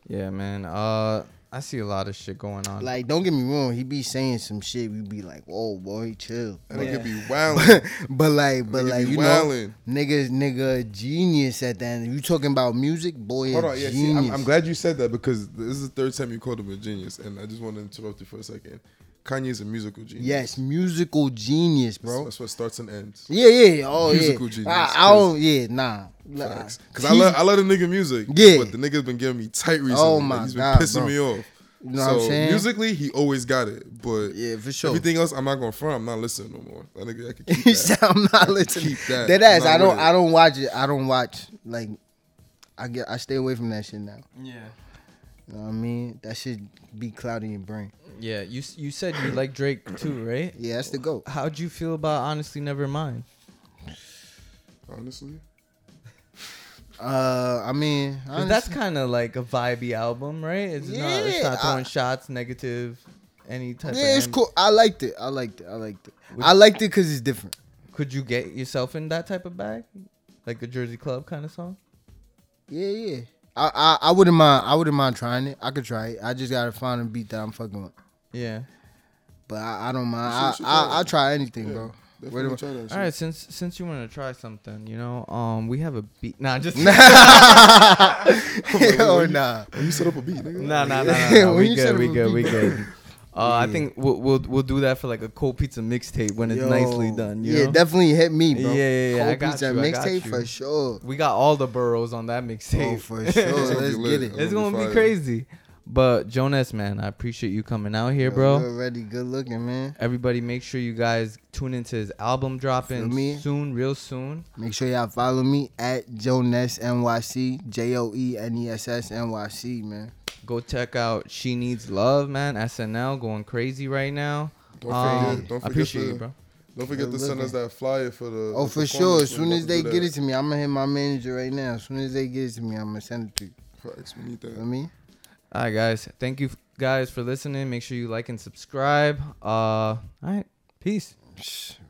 [SPEAKER 2] yeah, man. Uh, I see a lot of shit going on.
[SPEAKER 3] Like, don't get me wrong, he be saying some shit. We be like, whoa, boy, chill.
[SPEAKER 4] That nigga be wilding.
[SPEAKER 3] but like, but
[SPEAKER 4] Nigga
[SPEAKER 3] like,
[SPEAKER 4] be
[SPEAKER 3] you
[SPEAKER 4] wildin'.
[SPEAKER 3] know, niggas, nigga, a genius at that. end. You talking about music, boy?
[SPEAKER 4] Hold
[SPEAKER 3] a
[SPEAKER 4] on, yeah. See,
[SPEAKER 3] genius.
[SPEAKER 4] I'm, I'm glad you said that because this is the third time you called him a genius, and I just want to interrupt you for a second. Kanye's a musical genius.
[SPEAKER 3] Yes, musical genius,
[SPEAKER 4] That's-
[SPEAKER 3] bro.
[SPEAKER 4] That's what starts and ends.
[SPEAKER 3] Yeah, yeah, oh
[SPEAKER 4] Musical
[SPEAKER 3] yeah.
[SPEAKER 4] genius,
[SPEAKER 3] I, I don't, yeah, nah.
[SPEAKER 4] Facts. Cause I love I love the nigga music.
[SPEAKER 3] Yeah.
[SPEAKER 4] But the nigga's been giving me tight recently.
[SPEAKER 3] Oh my
[SPEAKER 4] He's been
[SPEAKER 3] God,
[SPEAKER 4] pissing
[SPEAKER 3] bro.
[SPEAKER 4] me off.
[SPEAKER 3] You know what I'm saying?
[SPEAKER 4] Musically, he always got it. But
[SPEAKER 3] Yeah, for sure.
[SPEAKER 4] Everything else, I'm not gonna front. I'm not listening no more. That nigga, I could keep
[SPEAKER 3] You
[SPEAKER 4] that.
[SPEAKER 3] said I'm not listening.
[SPEAKER 4] Keep that.
[SPEAKER 3] That ass.
[SPEAKER 4] Not
[SPEAKER 3] I don't.
[SPEAKER 4] with it.
[SPEAKER 3] I don't watch it. I don't watch. Like, I get. I stay away from that shit now.
[SPEAKER 2] yeah.
[SPEAKER 3] You know what I mean? That shit be clouding your brain.
[SPEAKER 2] Yeah. You s- you said you like Drake too, right?
[SPEAKER 3] Yeah, that's the goat.
[SPEAKER 2] How'd you feel about honestly? Never mind.
[SPEAKER 4] Honestly,
[SPEAKER 3] Uh, I mean,
[SPEAKER 2] 'Cause That's kind of like a vibey album, right? It's not. It's
[SPEAKER 3] Yeah,
[SPEAKER 2] not throwing
[SPEAKER 3] I-
[SPEAKER 2] shots, negative, any type.
[SPEAKER 3] honestly-
[SPEAKER 2] of
[SPEAKER 3] yeah, it's
[SPEAKER 2] amb-
[SPEAKER 3] cool. I liked it. I liked it. I liked it. I liked it because it's different.
[SPEAKER 2] Could you get yourself in that type of bag, like a Jersey Club kind of song?
[SPEAKER 3] Yeah, yeah. I, I, I wouldn't mind. I wouldn't mind trying it. I could try it. I just gotta find a beat that I'm fucking with.
[SPEAKER 2] Yeah.
[SPEAKER 3] But I, I don't
[SPEAKER 4] You
[SPEAKER 3] mind.
[SPEAKER 4] should- you
[SPEAKER 3] I,
[SPEAKER 4] should
[SPEAKER 3] I,
[SPEAKER 4] try it.
[SPEAKER 3] I'll try anything,
[SPEAKER 4] yeah,
[SPEAKER 3] bro.
[SPEAKER 4] Definitely
[SPEAKER 3] What
[SPEAKER 4] try that.
[SPEAKER 2] All
[SPEAKER 4] shit.
[SPEAKER 2] right. Since since you want to try something, you know, um, we have a beat. Nah, just nah,
[SPEAKER 3] Hell nah.
[SPEAKER 4] Oh, You set up a beat, nigga.
[SPEAKER 2] nah, nah, nah. nah.
[SPEAKER 3] When
[SPEAKER 2] we
[SPEAKER 3] you said
[SPEAKER 2] good.
[SPEAKER 3] it
[SPEAKER 2] We good.
[SPEAKER 3] was beat,
[SPEAKER 2] We
[SPEAKER 3] bro.
[SPEAKER 2] good. Uh, I think we'll, we'll we'll do that for like a cold pizza mixtape when it's
[SPEAKER 3] Yo,
[SPEAKER 2] nicely done. You
[SPEAKER 3] yeah,
[SPEAKER 2] know?
[SPEAKER 3] definitely hit me, bro.
[SPEAKER 2] Yeah, yeah, yeah, I
[SPEAKER 3] Cold
[SPEAKER 2] got
[SPEAKER 3] pizza
[SPEAKER 2] you, I got
[SPEAKER 3] mixtape
[SPEAKER 2] you.
[SPEAKER 3] for sure.
[SPEAKER 2] we got all the burrows on that
[SPEAKER 3] Oh,
[SPEAKER 2] mixtape.
[SPEAKER 3] for sure.
[SPEAKER 4] gonna be
[SPEAKER 3] Let's
[SPEAKER 4] lit.
[SPEAKER 3] get it.
[SPEAKER 2] it's
[SPEAKER 4] It'll be
[SPEAKER 2] gonna be
[SPEAKER 4] fire.
[SPEAKER 2] crazy. But Jonas, man, I appreciate you coming out here, bro.
[SPEAKER 3] You already good looking, man.
[SPEAKER 2] Everybody, make sure you guys tune into his album dropping
[SPEAKER 3] Feel me?
[SPEAKER 2] soon, real soon.
[SPEAKER 3] Make sure y'all follow me at Joe Ness NYC, J O E N E S S N Y C, man.
[SPEAKER 2] Go check out She Needs Love, man. SNL going crazy right now.
[SPEAKER 4] Don't
[SPEAKER 2] Um,
[SPEAKER 4] forget. Don't
[SPEAKER 2] I
[SPEAKER 4] forget
[SPEAKER 2] appreciate
[SPEAKER 4] the,
[SPEAKER 2] you, bro.
[SPEAKER 4] Don't forget to
[SPEAKER 3] Good
[SPEAKER 4] send us that flyer for the.
[SPEAKER 3] Oh,
[SPEAKER 4] the
[SPEAKER 3] for sure.
[SPEAKER 4] performance.
[SPEAKER 3] As soon
[SPEAKER 4] We're
[SPEAKER 3] as
[SPEAKER 4] about to
[SPEAKER 3] they
[SPEAKER 4] do
[SPEAKER 3] get
[SPEAKER 4] that.
[SPEAKER 3] it to me, I'm gonna hit my manager right now. As soon as they get it to me, I'm gonna send it to you.
[SPEAKER 4] Facts, we need
[SPEAKER 3] You know what
[SPEAKER 4] that.
[SPEAKER 3] I mean?
[SPEAKER 2] All right, guys. Thank you f- guys for listening. Make sure you like and subscribe. Uh, all right. Peace.
[SPEAKER 3] Psh,